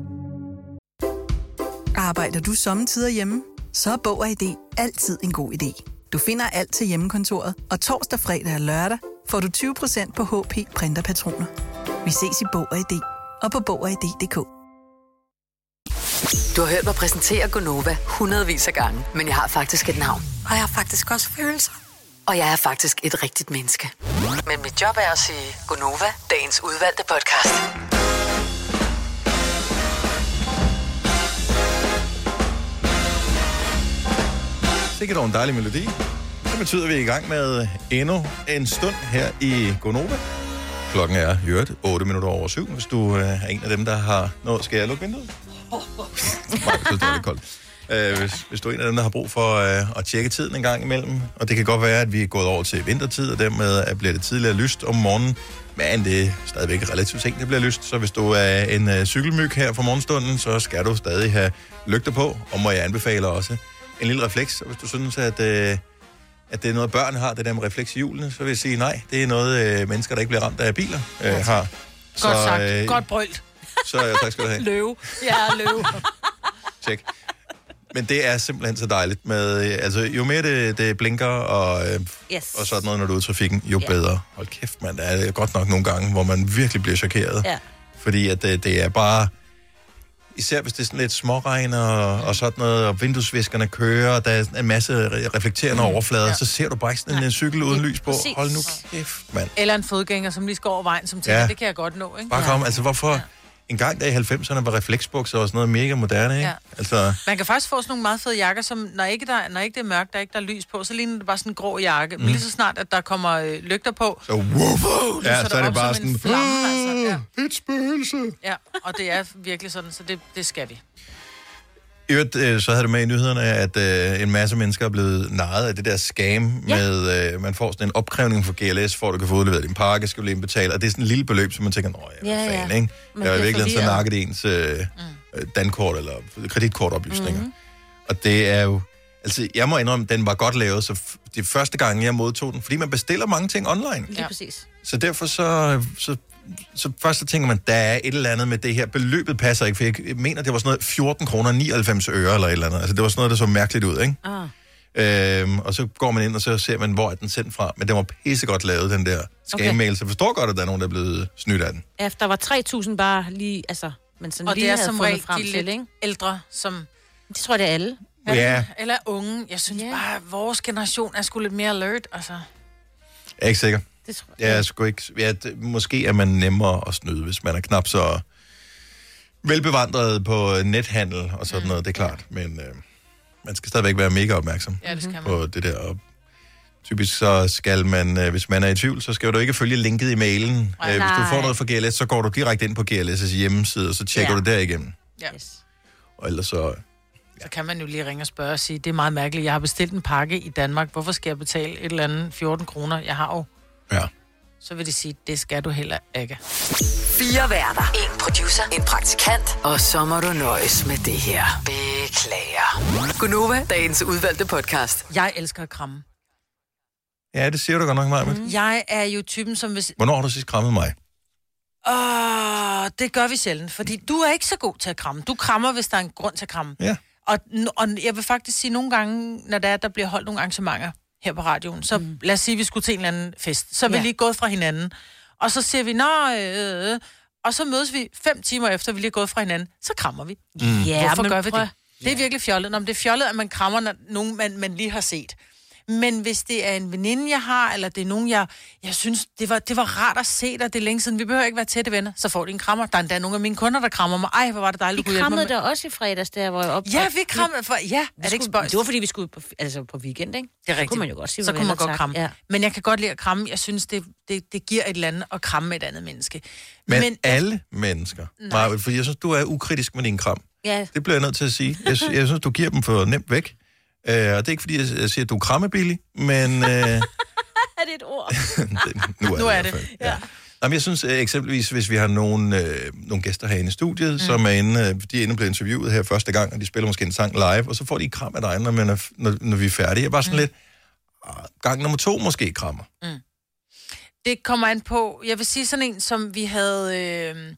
Arbejder du sommetider hjemme? Så er Bog og ID altid en god idé. Du finder alt til hjemmekontoret, og torsdag, fredag og lørdag får du 20% på HP printerpatroner. Vi ses i Bog og ID og på Bog og ID.dk. Du har hørt mig præsentere Gonova hundredvis af gange, men jeg har faktisk et navn. Og jeg har faktisk også følelser. Og jeg er faktisk et rigtigt menneske. Men mit job er at sige Gonova, dagens udvalgte podcast. Sikkert over en dejlig melodi. Så betyder vi er i gang med endnu en stund her i Gonova. Klokken er i øvrigt 8 minutter over syv, hvis du øh, er en af dem, der har... Nå, skal jeg lukke vinduet? Nej, det er lidt koldt. Øh, hvis, hvis du er en af dem, der har brug for øh, at tjekke tiden en gang imellem, og det kan godt være, at vi er gået over til vintertid, og dermed øh, bliver det tidligere lyst om morgenen, men det er stadigvæk relativt sent, det bliver lyst, så hvis du er en øh, cykelmyg her fra morgenstunden, så skal du stadig have lygter på, og må jeg anbefale også en lille refleks, og hvis du synes, at... Øh, at det er noget, børn har, det der med refleks i hjulene, så vil jeg sige nej. Det er noget, øh, mennesker, der ikke bliver ramt af biler, øh, har. Godt sagt. øh, Godt brølt. Så øh, tak skal du have. Løve. Ja, løve. Tjek. Men det er simpelthen så dejligt. Med, øh, altså, jo mere det, det blinker og, øh, Yes. og sådan noget, når du er ude i trafikken, jo Ja. bedre. Hold kæft, man. Det er godt nok nogle gange, hvor man virkelig bliver chokeret. Ja. Fordi at øh, det, det er bare... Især hvis det er sådan lidt småregn og, og sådan noget, og vinduesviskerne kører, og der er sådan en masse re- reflekterende overflader, Mm. Ja. så ser du bare ikke sådan en øh, cykel uden lys på. præcis. Hold nu kæft, mand. Eller en fodgænger, som lige skal over vejen, som tænker, Ja. ja. det kan jeg godt nå, ikke? Bare kom, altså hvorfor... En gang der i 90'erne var refleksbukser og sådan noget mega moderne, ikke? Ja. Altså, Man kan faktisk få sådan nogle meget fede jakker, som når ikke, der, når ikke det er mørkt, der er ikke der er lys på, så ligner det bare sådan en grå jakke. Mm. Mm. Men lige så snart, at der kommer øh, lygter på, så woof! lyser Ja, så er op det bare som en sådan... Flamme, altså. ja. Et spøgelse. ja, og det er virkelig sådan, så det, det skal vi. I øvrigt, øh, så havde du med i nyhederne, at øh, en masse mennesker er blevet narret af det der scam ja. med, øh, man får sådan en opkrævning for GLS, for at du kan få udleveret din pakke, skal du lige betale, og det er sådan et lille beløb, som man tænker, nå ja, Ja, ja. ja. Fan, ikke? Man Jeg har i bliver virkeligheden så forvirret. nakket i ens øh, mm. dankort eller kreditkortoplysninger. Mhm. Mm. Og det er jo... Altså, jeg må indrømme, den var godt lavet, så f- de første gange, jeg modtog den, fordi man bestiller mange ting online. Lige ja. præcis. Så derfor så, så, så først så tænker man, der er et eller andet med det her. Beløbet passer ikke, for jeg mener, det var sådan noget 14 kroner 99 øre eller et eller andet. Altså det var sådan noget, der så mærkeligt ud, ikke? Ah. Øhm, og så går man ind, og så ser man, hvor er den sendt fra. Men den var pissegodt lavet, den der scam-mail. Okay. Så jeg forstår godt, at der er nogen, der er blevet snydt af den. Ja, for der var 3.000 bare lige, altså, men sådan Og lige det er havde som fundet regel frem de til, lidt ikke? ældre, som... Det tror jeg, det er alle. Ja. Eller unge. Jeg synes yeah. bare, at vores generation er sgu lidt mere alert, altså. Jeg er ikke sikker. Det tror Jeg er sgu ikke... Ja, det, måske er man nemmere at snyde, hvis man er knap så velbevandret på nethandel og sådan noget, det er klart. Men øh, man skal stadigvæk være mega opmærksom Ja, det skal man. Mm. på det der. Og typisk så skal man, øh, hvis man er i tvivl, så skal du ikke følge linket i mailen. Nej. Øh, hvis du Nej. får noget fra GLS, så går du direkte ind på GLS' hjemmeside, og så tjekker Ja. ja. du der igennem. Ja. Yes. Og ellers så... Så kan man jo lige ringe og spørge og sige, det er meget mærkeligt, jeg har bestilt en pakke i Danmark, hvorfor skal jeg betale et eller andet 14 kroner? Jeg har jo... Ja. Så vil de sige, det skal du heller ikke. Fire værter. En producer. En praktikant. Og så må du nøjes med det her. Beklager. Gunova, dagens udvalgte podcast. Jeg elsker at kramme. Ja, det siger du godt nok meget. Mm. Jeg er jo typen, som hvis... Hvornår har du sidst krammet mig? Åh, det gør vi sjældent, fordi du er ikke så god til at kramme. Du krammer, hvis der er en grund til at kramme. Ja. Og, og jeg vil faktisk sige, nogle gange, når der, er, der bliver holdt nogle arrangementer her på radioen, så mm. lad os sige, at vi skulle til en eller anden fest, så er vi Ja. lige gået fra hinanden, og så siger vi, nå, øh, øh, øh," og så mødes vi fem timer efter, vi lige er gået fra hinanden, så krammer vi. Mm. Ja, Hvorfor men gør vi prøv- det? Det er virkelig fjollet. Nå, men det er fjollet, at man krammer når nogen, man, man lige har set. Men hvis det er en veninde, jeg har, eller det er nogen, jeg, jeg synes, det var, det var rart at se dig, det er længe siden, vi behøver ikke være tætte venner, så får de en krammer. Der er endda nogle af mine kunder, der krammer mig. Ej, hvor var det Vi dejligt, du kunne hjælpe mig. krammede med- der også i fredags, der hvor jeg op. Ja, vi krammede for... Ja, er det ikke spøjst? Det var, fordi vi skulle på, altså, på weekend, ikke? Det er rigtigt. kunne man jo godt sige, Så hvor kunne man venner, godt tak. kramme. Ja. Ja. Men jeg kan godt lide at kramme. Jeg synes, det, det, det giver et eller andet at kramme et andet menneske. Men, men alle mennesker. Nej. For jeg synes, du er ukritisk med din kram. Ja. Det bliver jeg nødt til at sige. Jeg, sy- jeg synes, du giver dem for nemt væk. Øh, og det er ikke, fordi jeg, jeg siger, at du er krammebillig, men... Øh, er det et ord? nu er Nu det er i hvert det, fald, Ja. Jamen, jeg synes øh, eksempelvis, hvis vi har nogle, øh, nogle gæster herinde i studiet, mm. som er inde, øh, de er inde og blevet interviewet her første gang, og de spiller måske en sang live, og så får de et kram af dig, når, man er, f- når, når vi er færdige. Jeg er bare sådan mm. lidt, "Ah, gang nummer to måske krammer. Det kommer an på... Jeg vil sige sådan en, som vi havde øh,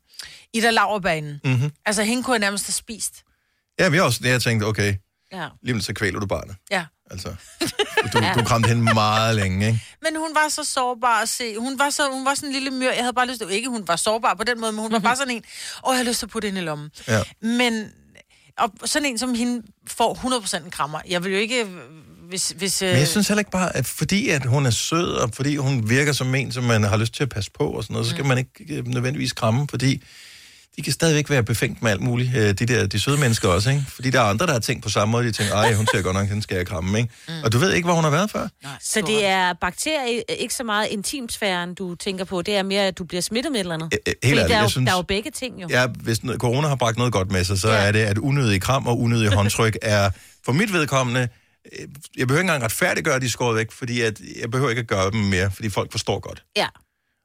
Ida Lauerbanen. Mm-hmm. Altså, hende kunne jeg nærmest have spist. Ja, vi har også, jeg tænkte, okay, Ja. lige om lidt så kvæler du barnet. ja. Altså, du, du kramte hende meget længe, ikke? Men hun var så sårbar at se. Hun var, så, hun var sådan en lille myr. Jeg havde bare lyst til... Ikke, hun var sårbar på den måde, men hun Mhm. var bare sådan en... Åh, jeg har lyst til at putte hende i lommen. Ja. Men og sådan en som hende får 100% en krammer. Jeg vil jo ikke... øh, Hvis, hvis, øh, Men jeg synes heller ikke bare, at fordi at hun er sød, og fordi hun virker som en, som man har lyst til at passe på, og sådan noget, så skal Mm. man ikke øh, nødvendigvis kramme, fordi de kan stadigvæk være befængt med alt muligt, øh, de der de søde mennesker også, ikke? Fordi der er andre, der har tænkt på samme måde, de tænker, ej, hun ser godt nok, hende skal jeg kramme, ikke? Mm. Og du ved ikke, hvor hun har været før. Så det er bakterier, øh, ikke så meget intimsfæren, du tænker på. Det er mere, at du bliver smittet med et eller andet. øh, helt Fordi ærligt, der, er jeg jo, synes- der er jo begge ting, jo. Ja, hvis noget- corona har bragt noget godt med sig, så ja. er det, at unødige kram og unødige håndtryk er for mit vedkommende, øh, jeg behøver ikke engang retfærdiggøre, at de er skåret væk, fordi at jeg behøver ikke at gøre dem mere, fordi folk forstår godt. Ja.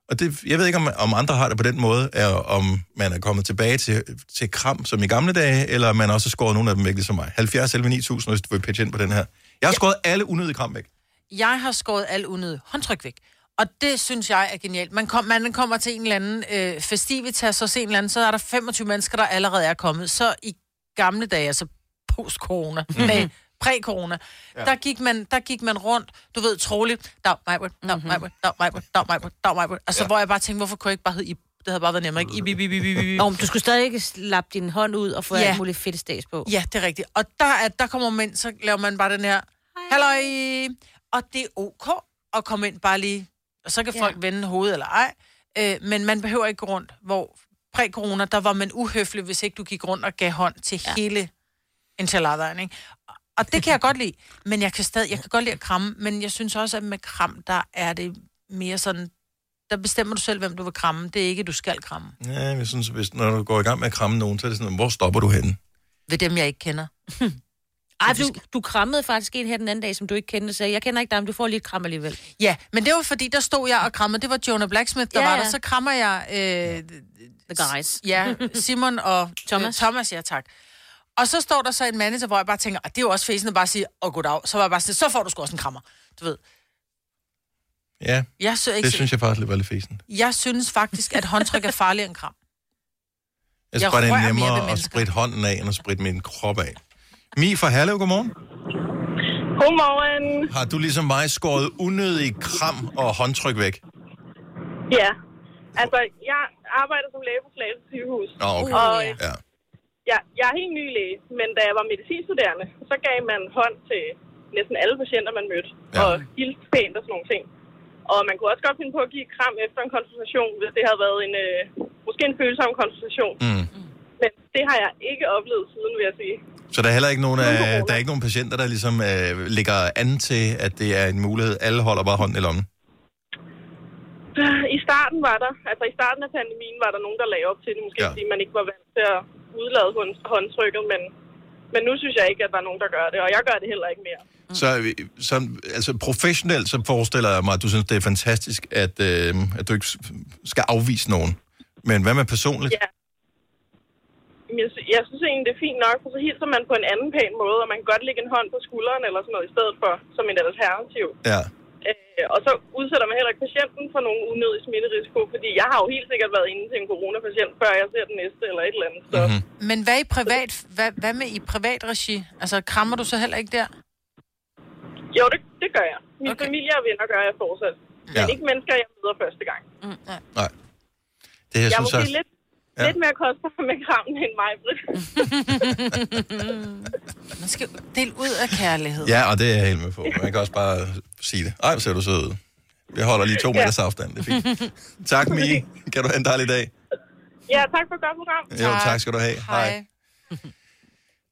Og det, jeg ved ikke, om, om andre har det på den måde, er, om man er kommet tilbage til, til kram som i gamle dage, eller om man også har skåret nogle af dem væk, ligesom mig. 70 11 9000, hvis du vil pitche ind på den her. Jeg har skåret alle unødige kram væk. jeg har skåret al unødig håndtryk væk. Og det synes jeg er genialt. Man, kom, man kommer til en eller anden øh, festivitas, og se en eller anden, så er der 25 mennesker, der allerede er kommet. Så i gamle dage, altså post-corona, Mhm. nej, præ-corona, Ja. ja. der, gik man, der gik man rundt, du ved, troligt, dag, mig, dag, Mhm. mig, dag, mig, dag, mig, dag, mig, altså Ja. ja. hvor jeg bare tænkte, hvorfor kunne jeg ikke bare hedde Ib? Det havde bare været nemmere, ikke? Ib, Ib, Ib, Ib, Ib, Ib. Nå, men du skulle stadig ikke slappe din hånd ud og få Øh. Ja. ja. alt muligt fedt stads på. Ja, det er rigtigt. Og der, er, der kommer man ind, så laver man bare den her, halløj, og det er ok at komme ind bare lige, og så kan folk vende hovedet eller ej, øh, men man behøver ikke gå rundt, hvor præ-corona, der var man uhøflig, hvis ikke du gik rundt og gav hånd til ja. hele enchiladaen, ikke? Og- Og det kan jeg godt lide, men jeg kan stadig, jeg kan godt lide at kramme, men jeg synes også, at med kram, der er det mere sådan, der bestemmer du selv, hvem du vil kramme. Det er ikke, du skal kramme. Ja, jeg synes, hvis, når du går i gang med at kramme nogen, så er det sådan, hvor stopper du henne? Ved dem, jeg ikke kender. Ej, du, du krammede faktisk en her den anden dag, som du ikke kendte, så jeg kender ikke dig, men du får lige et kram alligevel. Ja, men det var fordi, der stod jeg og krammede. Det var Jonah Blacksmith, der Ja, ja, var ja. der. Så krammer jeg... Øh, The guys. Ja, Simon og Thomas. Øh, Thomas, ja tak. Og så står der så en manager, hvor jeg bare tænker, "Ah, det er jo også fæsende at bare sige, åh oh, goddag. Så var jeg bare sådan, så får du sgu også en krammer. Du ved, Ja, jeg, så ikke, det synes jeg faktisk lidt var lidt fæsen. jeg synes faktisk, at håndtryk er farligere end kram. Jeg Jeg synes bare, det er rører mere ved nemmere at mennesker. spritte hånden af, end at spritte min krop af. Mi fra Herlev, godmorgen. Godmorgen. Har du ligesom mig skåret unødig kram og håndtryk væk? Ja. Altså, jeg arbejder som læge på Slagelse sygehus. Nå, okay. Og øh, ja. ja, jeg er helt ny læge, men da jeg var medicinstuderende, så gav man hånd til næsten alle patienter, man mødte. Ja. Og hilste pænt og sådan nogle ting. Og man kunne også godt finde på at give et kram efter en konsultation, hvis det havde været en, øh, måske en følsom konsultation. Mm. Men det har jeg ikke oplevet siden, vil jeg sige. Så der er heller ikke nogen, af, der er ikke nogen patienter, der ligesom øh, ligger an til, at det er en mulighed. Alle holder bare hånden i lommen. I starten var der, altså i starten af pandemien, var der nogen, der lagde op til det, måske ja. fordi man ikke var vant til at udlade hånd- håndtrykket, men, men nu synes jeg ikke, at der er nogen, der gør det, og jeg gør det heller ikke mere. Så, øh, så altså, professionelt, så forestiller jeg mig, at du synes, det er fantastisk, at, øh, at du ikke s- skal afvise nogen. Men hvad med personligt? Ja. Men Jeg, sy- jeg synes egentlig, det er fint nok, for så hilser man på en anden pæn måde, og man kan godt lægge en hånd på skulderen eller sådan noget i stedet for, som en alternativ. Ja. Øh, og så udsætter man heller ikke patienten for nogen unødig smitterisiko, fordi jeg har jo helt sikkert været inde til en coronapatient, før jeg ser den næste eller et eller andet. Så Mhm. mm-hmm. Men hvad, i privat, hvad, hvad med i privat regi? Altså, krammer du så heller ikke der? jo, det, det gør jeg. Min okay. familie og venner gør jeg fortsat. Ja. Men Ja. ikke mennesker, jeg møder første gang. Mm, ja. Det, jeg, jeg er synes, måske at, lidt, ja. Ja. lidt mere kostbar med krammen end mig, Britt. Man skal jo dele ud af kærlighed. Ja, og det er jeg helt med på. Man kan også bare sige det. Ej, hvor ser du sød ud. Jeg holder lige to meters afstand. Det er fint. Tak, Mie. Kan du have en dejlig dag? ja, tak for et godt program. Jo, tak skal du have. Hej.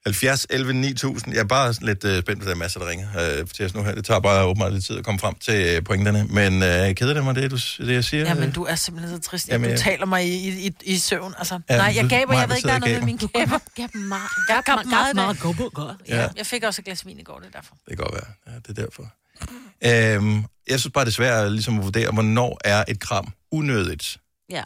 70, 11, 9000. Jeg er bare lidt øh, spændt på, der er masser, der ringer øh, til os nu her. Det tager bare åbenbart lidt tid at komme frem til øh, pointerne. Men øh, keder det mig, det, du, det jeg siger? Jamen, du er simpelthen så trist, Jamen, Jamen, du jeg- taler mig i, i, i, i søvn. Altså, Ja, ja, nej, jeg du- gaber, jeg Maja, ved ikke, der er sidder noget og med min gaber. Gab mig. Gab mig. meget Gab Ja. Ja. Jeg fik også et glas vin i går, det er derfor. Det kan godt være. Ja, det er derfor. Øhm, jeg synes bare, det er svært at, ligesom, at vurdere, hvornår er et kram unødigt. Ja.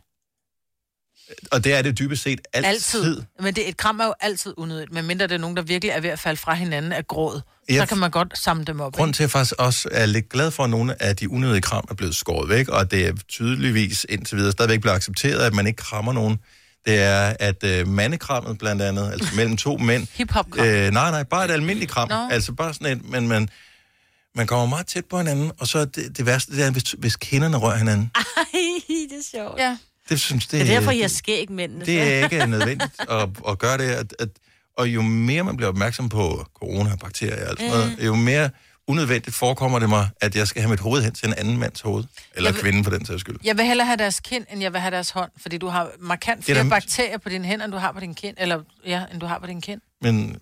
Og det er det dybest set altid. Altid. Men det, et kram er jo altid unødigt, medmindre det er nogen, der virkelig er ved at falde fra hinanden af gråd. Ja, Så f- kan man godt samle dem op. Grunden til, at jeg faktisk også er lidt glad for, at nogle af de unødige kram er blevet skåret væk, og at det er tydeligvis indtil videre stadigvæk blevet accepteret, at man ikke krammer nogen, det er, at øh, mandekrammet blandt andet, altså mellem to mænd... Hip-hop-kram. Øh, nej, nej, bare et almindeligt kram. Nå. Altså bare sådan et, men man, man kommer meget tæt på hinanden, og så er det, det værste, det er, hvis, hvis kinderne rører hinanden. Ah. Ej, det er sjovt. Ja. Det synes det, Det er derfor, det- jeg skæg ikke mændene. det er ikke nødvendigt at, at gøre det. At, at, og jo mere man bliver opmærksom på corona, bakterier og alt sådan noget, Mm. jo mere unødvendigt forekommer det mig, at jeg skal have mit hoved hen til en anden mands hoved. Eller Jeg vil- kvinden for den sags skyld. Jeg vil hellere have deres kind, end jeg vil have deres hånd, fordi du har markant Det er flere da- bakterier på dine hænder, end du har på din kind. Eller, ja, end du har på din kind. Men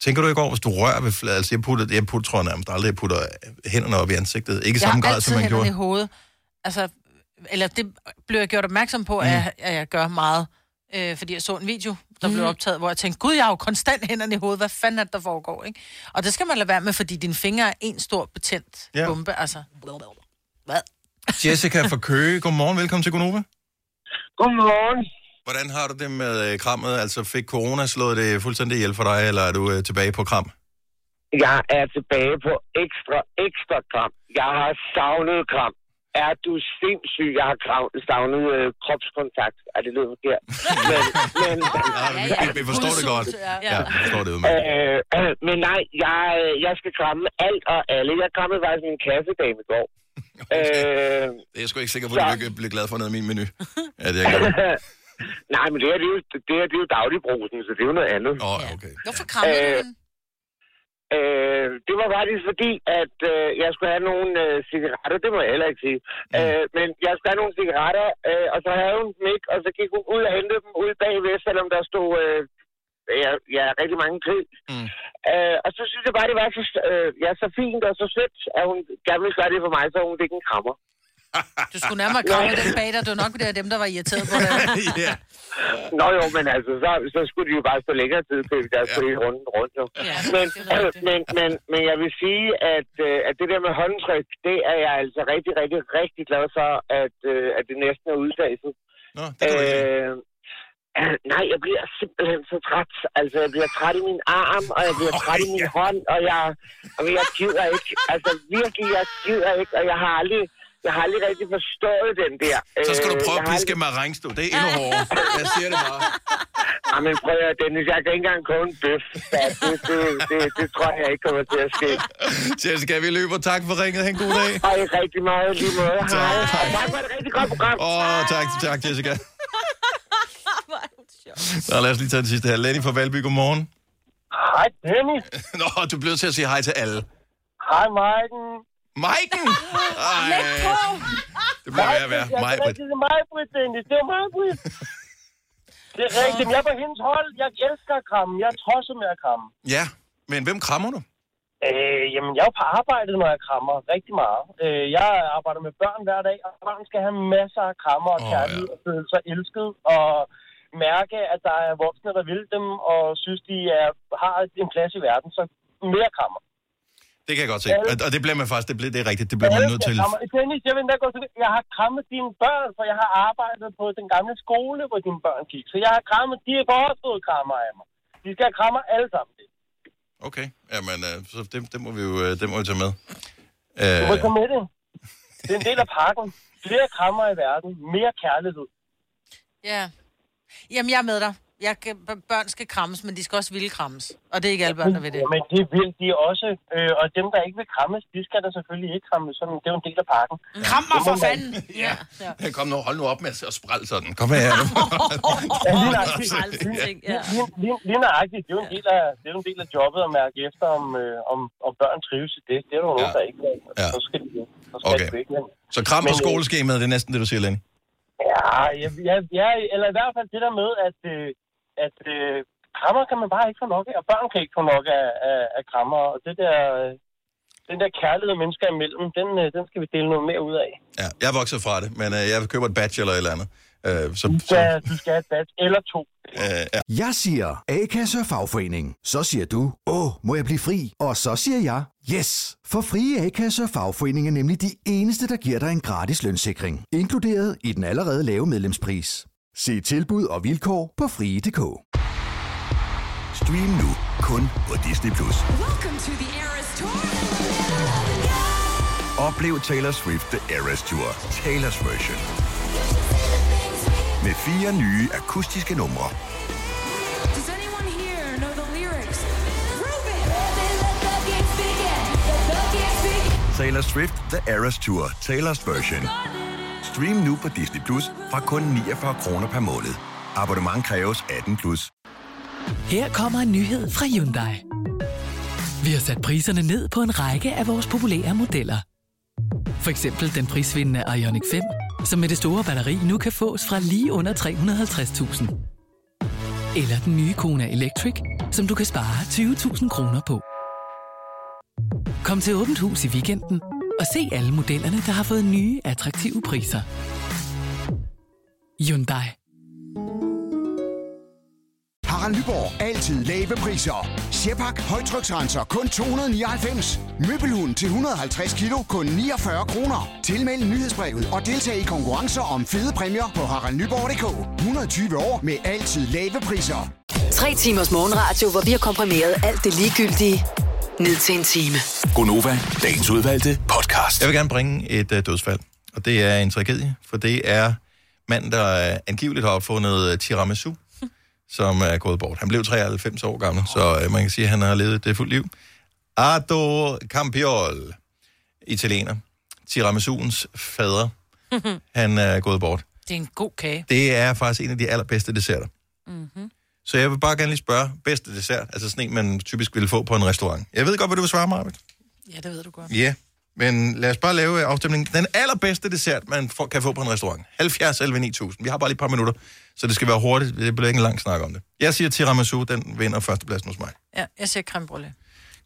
tænker du ikke over, hvis du rører ved fladen? Altså, jeg, putter, jeg putter, tror jeg nærmest aldrig, jeg putter hænderne op i ansigtet. Ikke i jeg samme har grad, altid som man hænderne gjorde. i hovedet. Altså, eller det blev jeg gjort opmærksom på, Mm. at, jeg, at jeg gør meget. Øh, fordi jeg så en video, der blev Mm. optaget, hvor jeg tænkte, gud, jeg har jo konstant hænderne i hovedet. Hvad fanden er det, der foregår? Ikke? Og det skal man lade være med, fordi dine fingre er en stor betændt Ja. ja. bombe. Altså. Jessica fra Køge, godmorgen, velkommen til Gonova. Godmorgen. Hvordan har du det med øh, krammet? Altså, fik corona slået det fuldstændig ihjel for dig, eller er du øh, tilbage på kram? Jeg er tilbage på ekstra, ekstra kram. Jeg har savnet kram. er du sindssyg, jeg har grav- savnet øh, kropskontakt. Ej, det lyder forkert. men, men, ja, vi forstår det godt. Ja, vi forstår det udmærket. øh, øh, men nej, jeg, øh, jeg skal kramme alt og alle. Jeg krammede faktisk min kassedame i går. øh, Jeg er sgu ikke sikker på, at du bliver glad for noget af min menu. Ja, det er jeg godt. nej, men det her, det er jo, det her, det er jo dagligbrusen, så det er jo noget andet. Åh, oh, okay. Hvorfor krammede du den? Øh, det var faktisk fordi, at øh, jeg skulle have nogle øh, cigaretter, det må jeg heller ikke sige. Mm. Øh, men jeg skulle have nogle cigaretter, øh, og så havde hun dem ikke, og så gik hun ud og hentede dem ud bagved, selvom der stod øh, ja, ja, rigtig mange krig. Mm. Øh, og så synes jeg bare, det var så, øh, ja, så fint og så sødt, at hun gerne ville gøre det for mig, så hun fik en krammer. Du skulle nærmere kramme den bag dig. Det var nok det af dem, der var irriteret på dig. ja. Nå jo, men altså, så, så skulle de jo bare stå længere tid på, der skulle ja. rundt rundt jo. Ja, men, men, men, men jeg vil sige, at, øh, at det der med håndtryk, det er jeg altså rigtig, rigtig, rigtig glad for, at, øh, at det næsten er udfaset. Nå, det øh, øh, nej, jeg bliver simpelthen så træt. Altså, jeg bliver træt i min arm, og jeg bliver træt i min hånd, og jeg, og jeg gider ikke. Altså, virkelig, jeg gider ikke, og jeg har aldrig, jeg har aldrig rigtig forstået den der. Så skal du Øh, prøve jeg at har piske marangstå. Det er endnu hårdere. Jeg siger det bare. Ja, men prøv at høre, Dennis, jeg kan ikke engang koge en bøf. Ja, det, det, det, det, tror jeg ikke kommer til at ske. Jessica, vi løber. Tak for ringet. Ha' en god dag. Hej, rigtig meget i lige måde. Hej. Tak. Tak for et rigtig godt program. Åh, oh, tak, tak, Jessica. Nå, lad os lige tage den sidste her. Lenny fra Valby, godmorgen. Hej, Lenny. Nå, du bliver nødt til at sige hej til alle. Hej, Maiken. Maiken? Ej. Læg på. Det må være være. Maj, Maj-Brit. Det er mig, Britt, Dennis. Det er mig, Britt. Det er rigtigt. men Jeg er på hendes hold. Jeg elsker at kramme. Jeg er tosset med at kramme. Ja, men hvem krammer du? Øh, jamen, jeg er jo på arbejde, når jeg krammer rigtig meget. Øh, jeg arbejder med børn hver dag, og børn skal have masser af krammer og Åh, kærlighed og føle sig elsket. Og mærke, at der er voksne, der vil dem, og synes, de er, har en plads i verden. Så mere krammer. Det kan jeg godt se. Og, og det bliver man faktisk, det, bliver, det er rigtigt, det bliver man Alle nødt skal til. kramme. Dennis, jeg, vil endda gå så vidt. jeg har krammet dine børn, for jeg har arbejdet på den gamle skole, hvor dine børn gik. Så jeg har krammet, de er også fået krammer af mig. De skal have krammer alle sammen. Okay, jamen, øh, så det, det må vi jo øh, det må vi tage med. Du Øh, må tage med det. Det er en del af pakken. Flere krammer i verden, mere kærlighed. Ja. Jamen, jeg er med dig. Jeg, kan- b- børn skal krammes, men de skal også ville krammes. Og det er ikke alle børn, der ved det. Men det vil de også. Øh, og dem, der ikke vil krammes, de skal da selvfølgelig ikke krammes. Sådan, det er jo en del af pakken. Kram mig for fanden! Ja. Kom nu, hold nu op med at at sprælle sådan. Kom her. Ja, lige nøjagtigt. Lige- lige- lige- Lige nøjagtigt. Det er jo en del af, det er jo en del af jobbet at mærke efter, om, øh, om, om børn trives i det. Det er der jo nogen, der ikke gør. Altså, Så skal de så skal Okay. de ikke. Men, Så kram på Men, øh, skoleskemaet, det er næsten det, du siger, Lenny. Ja, ja, ja, ja, eller i hvert fald det der med, at, øh, at øh, krammer kan man bare ikke få nok af, og børn kan ikke få nok af, af, af krammer. Og det der, øh, den der kærlighed mennesker imellem, den, øh, den skal vi dele noget mere ud af. Ja, jeg er vokset fra det, men øh, jeg køber et badge eller et eller andet. Øh, så, så, Ja, du skal have et bad, eller to. Øh, Jeg siger A-kasse og fagforening. Så siger du, åh, må jeg blive fri? Og så siger jeg, yes! For frie A-kasse og fagforening er nemlig de eneste, der giver dig en gratis lønssikring. Inkluderet i den allerede lave medlemspris. Se tilbud og vilkår på frie.dk. Stream nu kun på Disney+. Plus. Welcome to the Eras Tour. Oplev Taylor Swift The Eras Tour, Taylor's version. Med fire nye akustiske numre. Does anyone here know the lyrics? Taylor Swift The Eras Tour, Taylor's version. Stream nu på Disney Plus fra kun 49 kroner per måned. Abonnement kræves 18 plus. Her kommer en nyhed fra Hyundai. Vi har sat priserne ned på en række af vores populære modeller. For eksempel den prisvindende Ioniq 5, som med det store batteri nu kan fås fra lige under 350.000. Eller den nye Kona Electric, som du kan spare 20.000 kroner på. Kom til Åbent Hus i weekenden og se alle modellerne, der har fået nye, attraktive priser. Hyundai. Harald Nyborg. Altid lave priser. Sjehpak. Højtryksrenser. Kun 299. Møbelhund til 150 kilo. Kun 49 kroner. Tilmeld nyhedsbrevet og deltag i konkurrencer om fede præmier på haraldnyborg.dk. 120 år med altid lave priser. Tre timers morgenradio, hvor vi har komprimeret alt det ligegyldige ned til en time. Gonova, dagens udvalgte podcast. Jeg vil gerne bringe et øh, dødsfald Og det er en tragedie, for det er manden, der øh, angiveligt har opfundet øh, tiramisu, som er gået bort. Han blev 93 år gammel, så øh, man kan sige, at han har levet det fuldt liv. Ardo Campiol, italiener. Tiramisuens fader. Han er gået bort. Det er en god kage. Mm-hmm. Det er faktisk en af de allerbedste desserter. Så jeg vil bare gerne lige spørge, bedste dessert, altså sådan en, man typisk ville få på en restaurant. Jeg ved godt, hvad du vil svare mig, Ja, det ved du godt. Ja, yeah. men lad os bare lave øh, afstemningen. Den allerbedste dessert, man får, kan få på en restaurant. 70 11 9000. Vi har bare lige et par minutter, så det skal være hurtigt. Det bliver ikke en lang snak om det. Jeg siger tiramisu, den vinder førstepladsen hos mig. Ja, jeg siger creme brulee.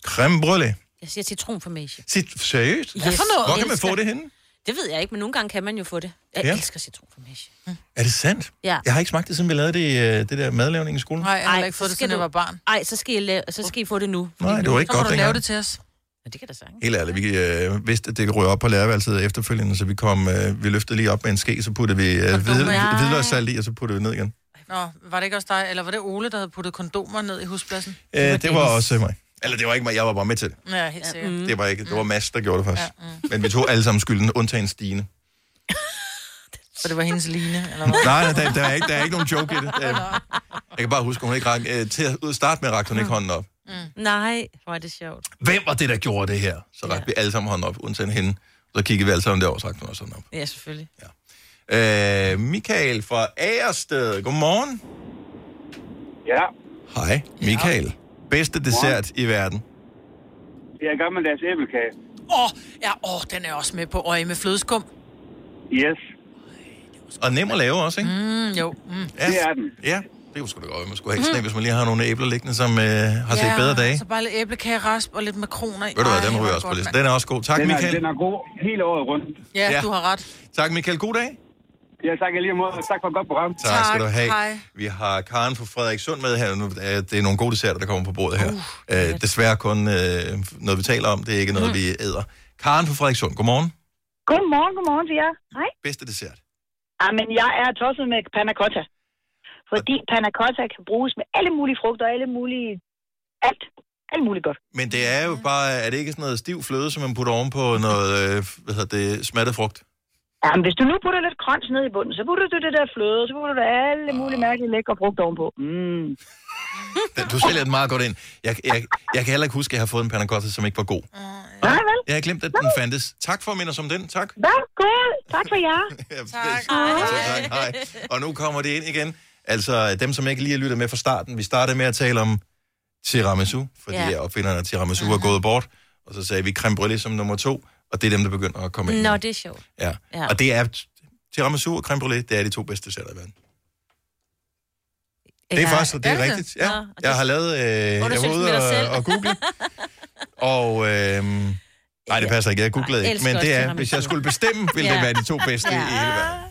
Creme brulee. Jeg siger citronformage. Sit, seriøst? Yes. Hvor kan man Elsker. få det henne? Det ved jeg ikke, men nogle gange kan man jo få det. Jeg Ja. ja. elsker citronformage. Er det sandt? Ja. Jeg har ikke smagt det, siden vi lavede det, øh, det der madlavning i skolen. Nej, jeg har ikke fået det, siden jeg var barn. Nej, så skal I, lave, så skal I få det nu. Nej, det var ikke Så må godt du lave dengang. det til os. Ja, det kan da sagtens. Helt ærligt, vi øh, vidste, at det rører op på lærerværelset efterfølgende, så vi, kom, øh, vi løftede lige op med en ske, så puttede vi øh, hvid, Ej. hvidløgssalt i, og så puttede vi ned igen. Nå, var det ikke også dig, eller var det Ole, der havde puttet kondomer ned i huspladsen? Øh, det var også øh, mig. Eller det var ikke mig, jeg var bare med til det. Ja, helt sikkert. Mm. Det var ikke, det var Mads, der gjorde det først. Ja, mm. Men vi tog alle sammen skylden, undtagen Stine. Så det var hendes line, eller hvad? nej, nej, der, der, er ikke, der er ikke nogen joke i det. Der, jeg kan bare huske, at hun ikke rak, øh, til at starte med rakte hun ikke hånden op. Mm. Nej, hvor er det sjovt. Hvem var det, der gjorde det her? Så rakte ja. vi alle sammen hånden op, undtagen hende. Så kiggede vi alle sammen derover, så rakte hun også hånden op. Ja, selvfølgelig. Øh, Michael fra Aersted. Godmorgen. Ja, Hej, Michael. Ja. Bedste dessert i verden. det er gammeldags æblekage. Åh, oh, ja, oh, den er også med på øje med flødeskum. Yes. Og nem at lave også, ikke? Mm, jo. Mm. Ja. Det er den. Ja, det kunne sgu da godt, man skulle have sådan en, hvis man lige har nogle æbler liggende, som øh, har set bedre dage. så bare lidt æblekagerasp og lidt makroner i. Ved du hvad, Ej, den hvor ryger er også på godt, listen. mand. Den er også god. Tak, den er, Michael. Den er god hele året rundt. Ja, du har ret. Tak, Michael. God dag. Ja, tak alligevel. måde. og Tak for et godt program. Tak, tak skal du have. Hej. Vi har Karen fra Frederikssund med her. Nu, øh, Det er nogle gode desserter, der kommer på bordet her. Uh, uh, desværre kun øh, noget, vi taler om. Det er ikke Mm. noget, vi æder. Karen fra Frederikssund, godmorgen. Godmorgen, godmorgen til jer. Hej. Bedste dessert. Jamen, Ah, jeg er tosset med panna cotta. Fordi panna cotta kan bruges med alle mulige frugter, alle mulige... Alt. Alt muligt godt. Men det er jo bare, er det ikke sådan noget stiv fløde, som man putter ovenpå noget, øh, hvad hedder det, smattet frugt? Jamen, hvis du nu putter lidt krans ned i bunden, så putter du det der fløde, så putter du alle Ah. mulige mærkelige lækre frugter ovenpå. Mm. Den- Du sælger den meget godt ind. Jeg, jeg, jeg kan heller ikke huske, at jeg har fået en panna cotta, som ikke var god. Ah, Nej, vel? Jeg har glemt, at den fandtes. Tak for at minde os om den. Tak. Værsgod. Tak for jer. tak. Hej. Tak, hej. Og nu kommer det ind igen. Altså, dem, som ikke lige har lyttet med fra starten. Vi startede med at tale om tiramisu, fordi Ja. ja. opfinderen af tiramisu er gået bort. Og så sagde vi creme brulee som nummer to, og det er dem, der begynder at komme ind. Nå, det er sjovt. Ja. Ja. Og det er tiramisu og creme brulee, det er de to bedste desserter i verden. Det er Ja, faktisk, det er, er det det? rigtigt. Ja. Nå, og det- jeg har lavet, øh, jeg var Undersøgelsen ude med dig og, selv. og google, og øh, nej, det passer ikke, jeg googlede Nej, ikke, elsker men det også er, tiramisu. hvis jeg skulle bestemme, ville det Ja. være de to bedste Ja. i hele verden.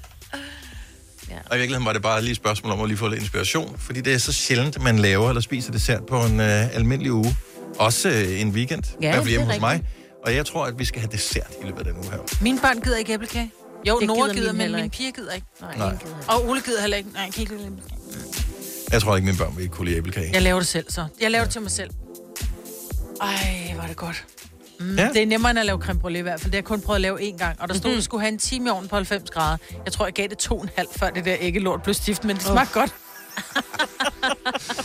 Og i virkeligheden var det bare lige et spørgsmål om at lige få lidt inspiration, fordi det er så sjældent, at man laver eller spiser dessert på en øh, almindelig uge. Også øh, en weekend, i hvert fald det er hjemme hos mig. rigtigt. Og jeg tror, at vi skal have dessert i løbet af den uge her. Min barn gider ikke æblekage. Jo, Det Nora gider gider, mine men heller min ikke. piger gider ikke. Nej, Nej. ingen gider ikke. Og Ole gider heller ikke. Nej, jeg kan ikke lide æblekage. Jeg tror ikke, mine børn vil kunne lide æblekage. Jeg laver det selv, så. Jeg laver det til mig selv. Ej, var det godt. Mm, Ja. ja. Det er nemmere end at lave creme brulee i hvert fald. Det har jeg kun prøvet at lave én gang. Og der stod, mm-hmm. at vi skulle have en time i ovnen på 90 grader. Jeg tror, jeg gav det to og en halv, før det der æggelort blev stift, men det smagte godt.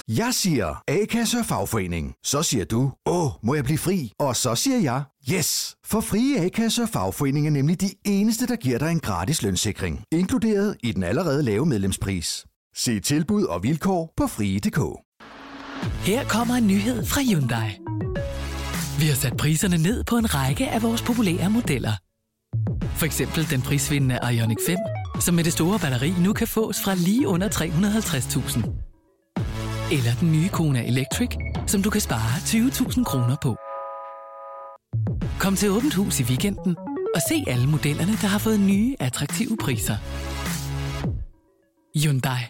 Jeg siger A-kasse og fagforening. Så siger du, åh, må jeg blive fri? Og så siger jeg, yes! For frie A-kasse og fagforening er nemlig de eneste, der giver dig en gratis lønssikring. Inkluderet i den allerede lave medlemspris. Se tilbud og vilkår på frie.dk. Her kommer en nyhed fra Hyundai. Vi har sat priserne ned på en række af vores populære modeller. For eksempel den prisvindende Ioniq 5, som med det store batteri nu kan fås fra lige under 350.000. Eller den nye Kona Electric, som du kan spare 20.000 kroner på. Kom til Åbent Hus i weekenden og se alle modellerne, der har fået nye, attraktive priser. Hyundai.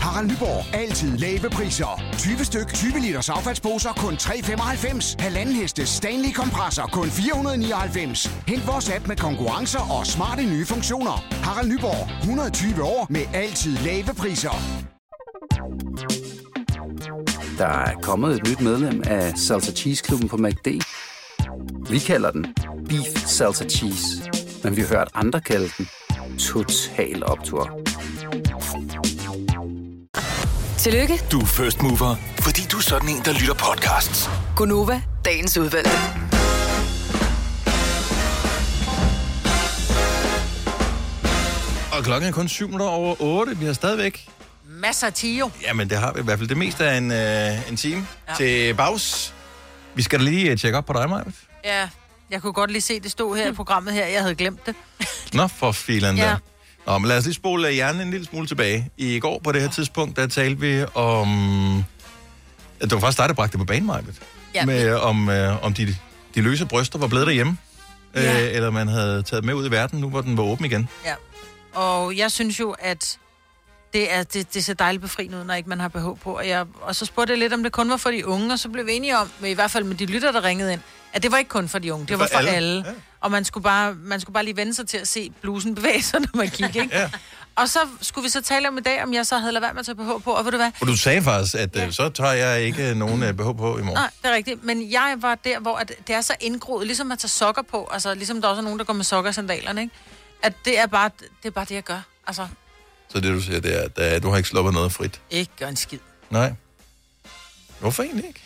Harald Nyborg. Altid lave priser. 20 styk, 20 liters affaldsposer kun 3,95. Halvanden heste Stanley kompresser kun 499. Hent vores app med konkurrencer og smarte nye funktioner. Harald Nyborg. 120 år med altid lave priser. Der er kommet et nyt medlem af Salsa Cheese Klubben på MACD. Vi kalder den Beef Salsa Cheese. Men vi har hørt andre kalde den Total Optor. Tillykke, Du er first mover, fordi du er sådan en, der lytter podcasts. Gunova, dagens udvalgte. Og klokken er kun 7 minutter over 8. Vi har stadigvæk... Masser af tio. Jamen, det har vi i hvert fald det meste af en, øh, en time ja. til bags. Vi skal da lige øh, tjekke op på dig, Maja. Ja, jeg kunne godt lige se, det stod her i programmet her. Jeg havde glemt det. Nå, for filan ja. Ja. Nå, men lad os lige spole øh, hjernen en lille smule tilbage. I går på det her tidspunkt, der talte vi om... Ja, Det var faktisk dig, der bragte det på banen, Maja. Ja. Med, øh, om, øh, om de, de løse bryster var blevet derhjemme. Ja. Øh, eller man havde taget med ud i verden, nu hvor den var åben igen. Ja. Og jeg synes jo, at det, er, det, det ser dejligt befriende ud, når ikke man har behov på. Og, jeg, og så spurgte jeg lidt, om det kun var for de unge, og så blev vi enige om, i hvert fald med de lytter, der ringede ind, at det var ikke kun for de unge, det, Det var var for alle. alle. alle. Ja. Og man skulle, bare, man skulle bare lige vende sig til at se blusen bevæge sig, når man kiggede. Ikke? ja. Og så skulle vi så tale om i dag, om jeg så havde lavet være med at tage BH på, og ved du hvad? Og du sagde faktisk, at ja. så tager jeg ikke øh, nogen øh, behov på i morgen. Nej, det er rigtigt. Men jeg var der, hvor at det er så indgroet, ligesom at tage sokker på. Altså, ligesom der også er nogen, der går med sokker og sandalerne, ikke? At det er bare det, er bare det jeg gør. Altså, Så det, du siger, det er, at øh, du har ikke sluppet noget frit. ikke gør en skid. Nej. Hvorfor egentlig ikke?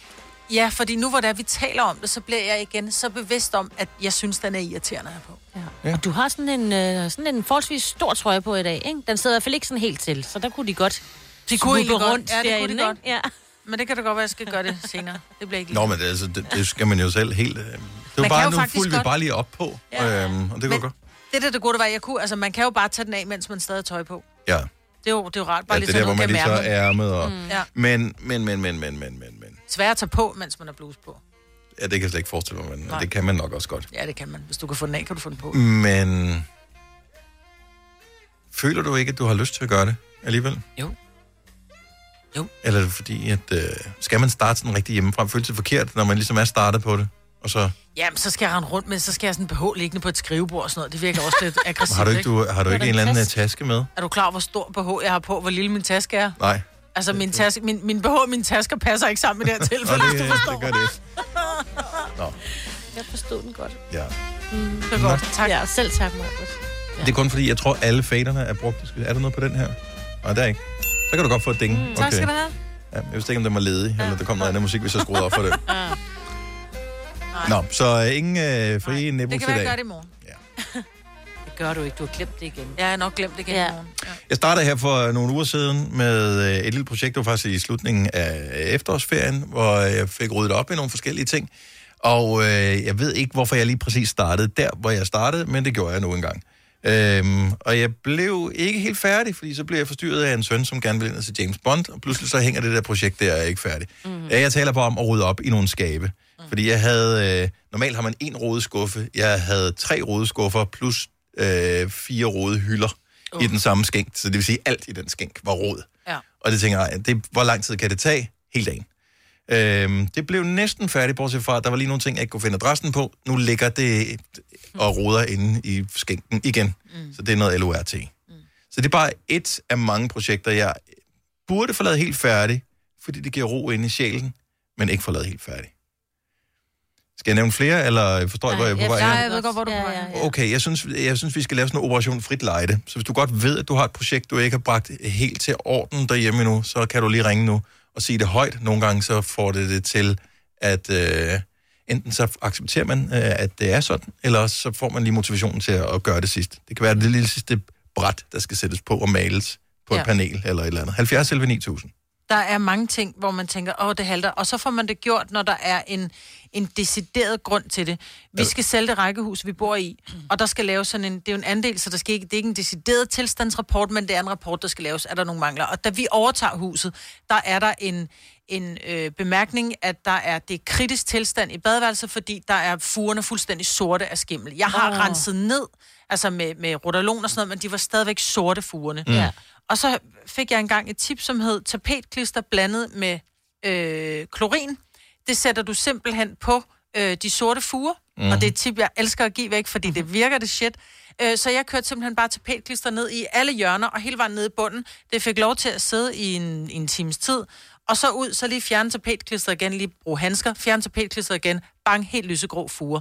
Ja, fordi nu hvor det er, vi taler om det, så bliver jeg igen så bevidst om, at jeg synes, den er irriterende her på. Ja. Og du har sådan en, øh, sådan en forholdsvis stor trøje på i dag, ikke? Den sidder i hvert fald ikke sådan helt til, så der kunne de godt De kunne smutte egentlig godt. rundt Ja, det kunne de derinde, godt. Ikke? Ja. Men det kan da godt være, at jeg skal gøre det senere. Det bliver ikke Nå, men det, altså, det, det skal man jo selv helt... Øh, det var Man kan bare, jo nu faktisk fulgte vi godt- bare lige op på, ja. øhm, og det går godt. Det der, det gode, det var, at jeg kunne, altså man kan jo bare tage den af, mens man stadig har tøj på. Ja, Det er jo, det er jo rart, bare ja ja, lige så det der, der, hvor kan man lige mærke. så Så er med og... Mm. Ja. Men, men, men, men, men, men, men, men. Svært at tage på, mens man har bluse på. Ja, det kan jeg slet ikke forestille mig, men Nej. det kan man nok også godt. Ja, det kan man. Hvis du kan få den af, kan du få den på. Mm. Men... Føler du ikke, at du har lyst til at gøre det alligevel? Jo. Jo. Eller er det fordi, at... Øh, skal man starte sådan rigtig hjemmefra? Føles det forkert, når man ligesom er startet på det? Og så Jamen, så skal jeg rende rundt med, så skal jeg have sådan en BH liggende på et skrivebord og sådan noget. Det virker også lidt aggressivt, har du ikke, du, har du Hvad ikke er en der eller anden øh, taske? taske med? Er du klar over, hvor stor BH jeg har på, hvor lille min taske er? Nej. Altså, min, taske, min, min BH og mine tasker passer ikke sammen i det her tilfælde, Nå, hvis det, du forstår. det gør det ikke. Nå, Jeg forstod den godt. ja. Mm. Det var godt. Tak. Ja, selv tak, Marcus. Det er kun fordi, jeg tror, alle faderne er brugt. Skal- Er der noget på den her? Nej, der er ikke. Så kan du godt få et ding. Mm, Tak skal du have. Ja, jeg vidste ikke, om den var ledig, ja. eller der kom noget andet musik, hvis jeg skruede op for det. Ja. Nå, så øh, ingen øh, frie nipple Det til kan være, jeg gør dag. det i morgen. Ja. det gør du ikke. Du har glemt det igen. Ja, jeg har nok glemt det igen ja. i morgen. Jeg startede her for øh, nogle uger siden med øh, et lille projekt, det var faktisk i slutningen af øh, efterårsferien, hvor jeg fik ryddet op i nogle forskellige ting. Og øh, jeg ved ikke, hvorfor jeg lige præcis startede der, hvor jeg startede, men det gjorde jeg nu engang. Øhm, og jeg blev ikke helt færdig, fordi så blev jeg forstyrret af en søn, som gerne ville ind og se James Bond, og pludselig så hænger det der projekt der, og jeg er ikke færdig. Mm. Jeg taler bare om at rydde op i nogle skabe. Mm. Fordi jeg havde, øh, normalt har man en rode skuffe, jeg havde tre rode skuffer, plus øh, fire rode hylder uh. i den samme skænk. Så det vil sige, alt i den skænk var rod. Ja. Og det tænker jeg, det, hvor lang tid kan det tage? Hele dagen. Øhm, det blev næsten færdigt, bortset fra, at der var lige nogle ting, jeg ikke kunne finde adressen på. Nu ligger det og roder inde i skænken igen. Mm. Så det er noget LORT. Mm. Så det er bare et af mange projekter, jeg burde få lavet helt færdig, fordi det giver ro inde i sjælen, men ikke få lavet helt færdig. Skal jeg nævne flere, eller forstår jeg, hvor jeg er på vej Ja, hen? jeg ved godt, hvor du er på vej. hen. Okay, jeg synes, jeg synes, vi skal lave sådan en operation frit lejde. Så hvis du godt ved, at du har et projekt, du ikke har bragt helt til orden derhjemme nu, så kan du lige ringe nu og sige det højt. Nogle gange så får det det til, at øh, enten så accepterer man, øh, at det er sådan, eller også så får man lige motivationen til at, at gøre det sidst. Det kan være det lille sidste bræt, der skal sættes på og males på ja. Ja. et panel eller et eller andet. 70 11 9000. Der er mange ting, hvor man tænker, åh, det halter. Og så får man det gjort, når der er en, en decideret grund til det. Vi skal sælge det rækkehus, vi bor i, og der skal laves sådan en, det er jo en andel, så der skal ikke, det er ikke en decideret tilstandsrapport, men det er en rapport, der skal laves, er der nogle mangler. Og da vi overtager huset, der er der en, en øh, bemærkning, at der er det er kritisk tilstand i badeværelset, fordi der er fugerne fuldstændig sorte af skimmel. Jeg har Åh. oh. renset ned, altså med, med rotalon og sådan noget, men de var stadigvæk sorte fugerne. Mm. Ja. Og så fik jeg engang et tip, som hed tapetklister blandet med øh, klorin. Det sætter du simpelthen på øh, de sorte fuger, Mhm. mm. og det er et tip, jeg elsker at give væk, fordi det virker det shit. Øh, så jeg kørte simpelthen bare tapetklister ned i alle hjørner, og hele vejen ned i bunden. Det fik lov til at sidde i en, en times tid. Og så ud, så lige fjerne tapetklister igen, lige bruge handsker, fjerne tapetklister igen, bang, helt lysegrå fuger.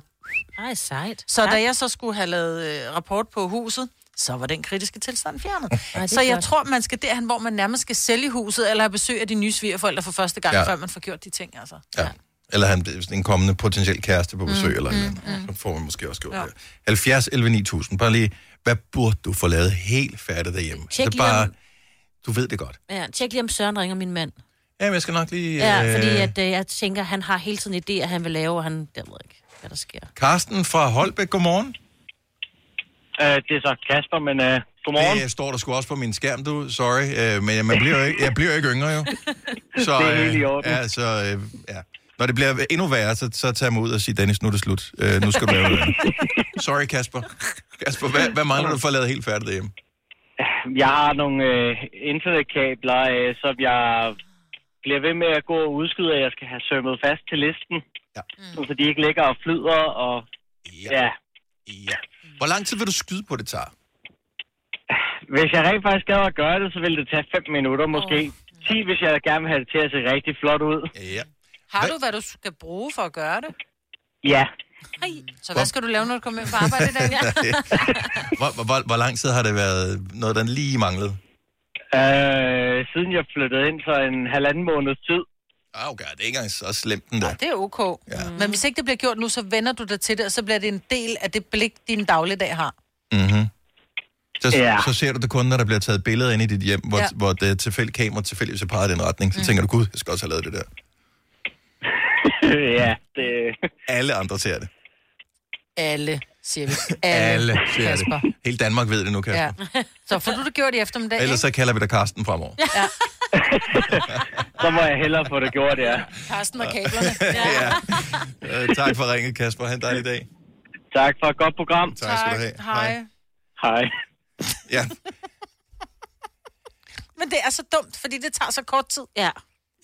Ej, sejt. Så da jeg så skulle have lavet øh, rapport på huset, så var den kritiske tilstand fjernet. er så jeg godt. tror, man skal derhen, hvor man nærmest skal sælge huset, eller have besøg af de nye svigerforældre for første gang, Ja. ja. før man får gjort de ting, altså. Ja. Eller han, en kommende potentiel kæreste på besøg, mm, eller mm, mm. mm. så får man måske også gjort Ja. ja. det. 70 11 9000. Bare lige, hvad burde du få lavet helt færdigt derhjemme? Tjek det lige, om- bare, du ved det godt. Ja, tjek lige, om Søren ringer min mand. Jamen, jeg skal nok lige... Ja, fordi øh, at, øh, jeg tænker, han har hele tiden idéer, han vil lave, og han jeg ved ikke, hvad der sker. Karsten fra Holbæk, godmorgen. Uh, det er så Kasper, men uh, godmorgen. Det øh, står der sgu også på min skærm, du. Sorry, øh, men jeg, man bliver jo ikke, jeg bliver jo ikke yngre, jo. Det er helt i orden. Ja, så, øh, ja. Når det bliver endnu værre, så, så tager jeg mig ud og siger, Dennis, nu er det slut. Øh, nu skal du lave det. Sorry, Kasper. Kasper, hvad, hvad mangler du for at lave helt færdigt derhjemme? jeg har nogle øh, internetkabler, øh, som jeg bliver ved med at gå og udskyde, at jeg skal have sømmet fast til listen. Mm. Ja. Så de ikke ligger og flyder, og ja. ja. ja. Hvor lang tid vil du skyde på, det tager? Hvis jeg rent faktisk gad at gøre det, så ville det tage 5 minutter måske. 10, hvis jeg gerne vil have det til at se rigtig flot ud. Ja. Har du, hvad du skal bruge for at gøre det? Ja. Ej. Så hvad skal du lave, når du kommer hjem fra arbejde i dag? Hvor, hvor, hvor, hvor lang tid har det været noget, der lige manglede? Øh, siden jeg flyttede ind for en halvanden måneds tid. Ah, okay, det er ikke engang så slemt den der. Det er ok. Ja. Men hvis ikke det bliver gjort nu, så vender du dig til det, og så bliver det en del af det blik, din dagligdag har. Mm-hmm. Så, Ja. ja. så ser du det kun, når der bliver taget billeder ind i dit hjem, hvor, Ja. ja. hvor det tilfældig kamera tilfældigvis er peget i den retning. Så mm. tænker du, gud, jeg skal også have lavet det der. ja, det... Alle andre ser det. Alle, siger vi. Alle ser Kasper. det. Hele Danmark ved det nu, Kasper. Ja. Så får du det gjort i eftermiddag, Ja. Ellers så kalder vi dig Karsten fremover. Ja. så må jeg hellere få det gjort, ja. Karsten og kablerne. ja. Øh, tak for ringet, Kasper. Ha' en dejlig dag. Tak for et godt program. Tak, tak. skal du have. Hej. Hej. Ja, Men det er så dumt, fordi det tager så kort tid. Ja.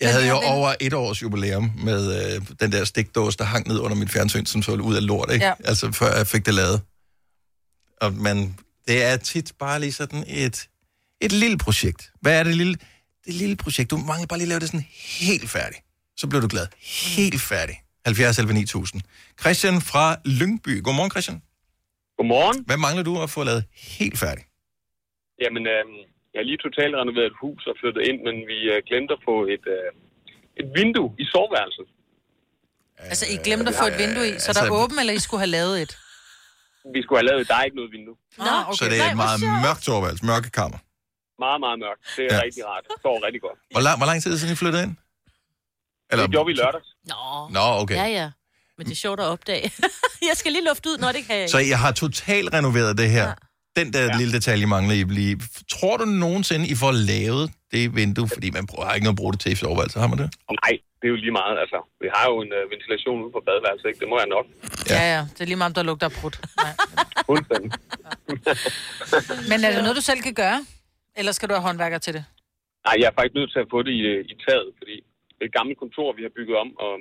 Jeg havde jo den- over et års jubilæum med øh, den der stikdåse, der hang ned under mit fjernsyn, som så ud af lort, ikke? Ja. Ja. Altså, før jeg fik det lavet. Og man, det er tit bare lige sådan et, et lille projekt. Hvad er det lille? Det lille projekt. Du mangler bare lige at lave det sådan helt færdigt. Så bliver du glad. Helt færdig. 70 11 9000. Christian fra Lyngby. Godmorgen, Christian. Godmorgen. Hvad mangler du at få lavet helt færdigt? Jamen, øh, jeg har lige totalt renoveret et hus og flyttet ind, men vi øh, glemte at få et, øh, et vindue i soveværelset. Altså, I glemte at få et vindue i, så altså- der er åbent, eller I skulle have lavet et? Vi skulle have lavet, der er ikke noget vindue. Nå, okay. Så det er et meget mørkt overværelse, mørke kammer. Meget, meget mørkt. Det er ja. Ja. rigtig rart. Det står rigtig godt. Hvor lang, hvor lang tid er det siden, I flyttede ind? Eller... Det gjorde vi i lørdags. Nå. Nå, okay. Ja, ja. Men det er sjovt at opdage. jeg skal lige lufte ud, når det kan jeg Så jeg har totalt renoveret det her. Den der ja. lille detalje mangler I lige. Tror du nogensinde, I får lavet det vindue? Fordi man bruger, har ikke noget at bruge det til i soveværelset, har man det? Og nej, det er jo lige meget, altså. Vi har jo en øh, ventilation ude på badeværelset, ikke? Det må jeg nok. Ja, ja. Det er lige meget, om der lugter af brudt. Nej. Fuldstændig. Men er det noget, du selv kan gøre? Eller skal du have håndværker til det? Nej, jeg er faktisk nødt til at få det i, øh, i taget, fordi det er et gammelt kontor, vi har bygget om, og,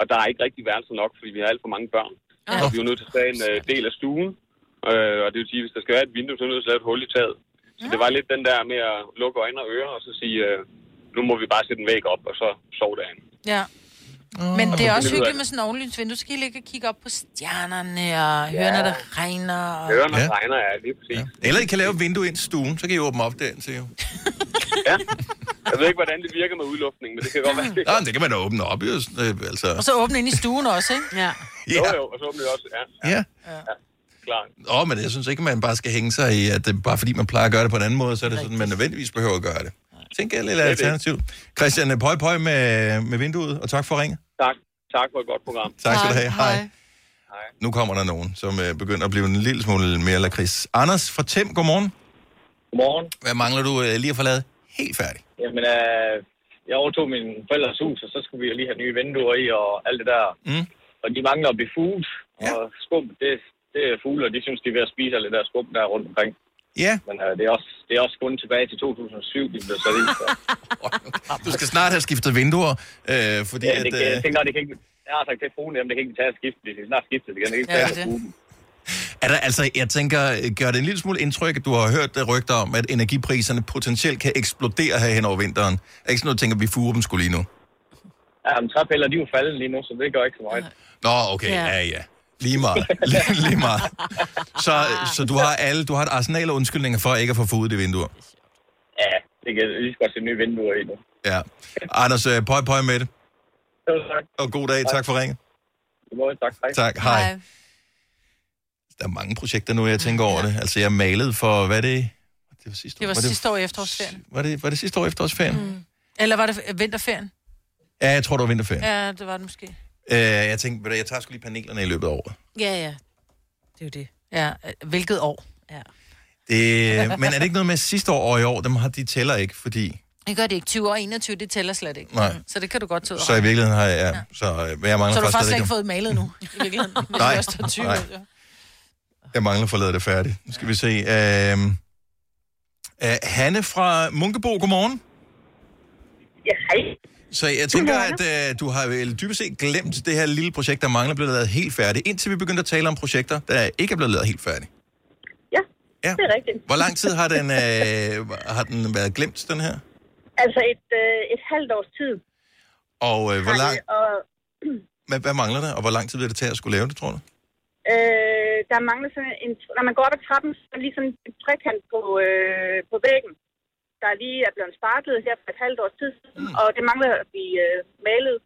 og der er ikke rigtig værelser nok, fordi vi har alt for mange børn. Ja. Og vi er jo nødt til at tage en øh, del af stuen, øh, og det vil sige, hvis der skal være et vindue, så er vi nødt til at lave et hul i taget. Så det var lidt den der med at lukke øjne og ører, og så sige, øh, nu må vi bare sætte en væg op, og så sove derinde. Ja. Og Men så det er finder vi ud også af hyggeligt det. med sådan en ovenlynsvindue. Så kan I ligge og kigge op på stjernerne og høre, når det regner. Og... Ørerne ja. regner, ja, lige præcis. Ja. Eller I kan lave et vindue ind i stuen, så kan I åbne op derind til jo. Jeg ved ikke, hvordan det virker med udluftning, men det kan godt være. Nå, men det kan man da åbne op, jo. øh, Altså. Og så åbne ind i stuen også, ikke? Ja. Jo, jo, og så åbner det også, ja. Ja. Klart. Åh, oh, men jeg synes ikke, man bare skal hænge sig i, at det, bare fordi man plejer at gøre det på en anden måde, så er det sådan, man nødvendigvis behøver at gøre det. Tænk jeg lidt Det er det. alternativ. Christian, øh, pøj pøj med, med vinduet, og tak for ringet. Tak. Tak for et godt program. Tak skal du have. Hej. Hej. Nu kommer der nogen, som øh, begynder at blive en lille smule mere lakrids. Anders fra Tim, godmorgen. Godmorgen. Hvad mangler du øh, lige at få lavet helt færdigt? Jamen, øh, jeg overtog min forældres hus, og så skulle vi jo lige have nye vinduer i og alt det der. Mm. Og de mangler at blive fuglet, ja. og skum, det, det er fugle, og de synes, de er ved at spise alt det der skum, der er rundt omkring. Ja. Men øh, det, er også, det er også kun tilbage til 2007, de blev sat i. Så. Du skal snart have skiftet vinduer, øh, fordi ja, at... det, kan, jeg Øh, tænker, det kan ikke... Jeg har sagt til fruen, jamen, det kan ikke tage at skifte, det kan snart skifte, det kan ikke Ja, tage det er at det. fugle. er der, altså, jeg tænker, øh, gør det en lille smule indtryk, at du har hørt det rygter om, at energipriserne potentielt kan eksplodere her hen over vinteren? Er det ikke sådan noget, du tænker, at vi fuger dem skulle lige nu? Ja, men træpiller, de er jo faldet lige nu, så det gør ikke så meget. Nå, okay, ja, ja. Lige meget. Lige, lige meget. Så, så du, har alle, du har et arsenal af undskyldninger for ikke at få fået det vinduer. Ja, det kan jeg lige så godt se nye vinduer i nu. Ja. Anders, øh, pøj pøj med det. Og god dag. Tak for ringen. Godmorgen, tak. Hej. Tak. Hej. Hej. Der er mange projekter nu, jeg tænker over det. Altså, jeg malede for, hvad er det? Det var sidste Det var, år. sidste år i efterårsferien. Var det, var det sidste år efterårsferien? Mm. Eller var det øh, vinterferien? Ja, jeg tror, det var vinterferien. Ja, det var det måske. Øh, jeg tænkte, ved du, jeg tager sgu lige panelerne i løbet af året. Ja, ja. Det er jo det. Ja, øh, hvilket år? Det, øh, men er det ikke noget med sidste år og i år? Dem har de tæller ikke, fordi... Det gør det ikke. 20 og 21, det tæller slet ikke. Nej. Så det kan du godt tage ud Så i og regne. virkeligheden har jeg... Ja, så, øh, men jeg mangler Så du har faktisk faktisk slet stadig ikke fået malet nu, i virkeligheden. Hvis Nej. du også tager 20 Nej. ud, ja. Jeg mangler forladet det færdigt. Nu skal vi se. Øh, øh, Hanne fra Munkebo, godmorgen. Ja, hej. Så jeg tænker, at Godmorgen. øh, du har vel dybest set glemt det her lille projekt, der mangler blevet lavet helt færdigt, indtil vi begyndte at tale om projekter, der ikke er blevet lavet helt færdigt. Ja, det er rigtigt. Hvor lang tid har den, øh, har den været glemt, den her? Altså et, øh, et halvt års tid. Og øh, hvor har lang, det, Og, hvad, hvad mangler der, og hvor lang tid vil det tage at skulle lave det, tror du? Mm, øh, der mangler sådan en... Når man går op ad trappen, så er der lige sådan en trekant på, øh, på væggen, der lige er blevet sparklet her for et halvt års tid siden, mm. og det mangler at blive øh, malet.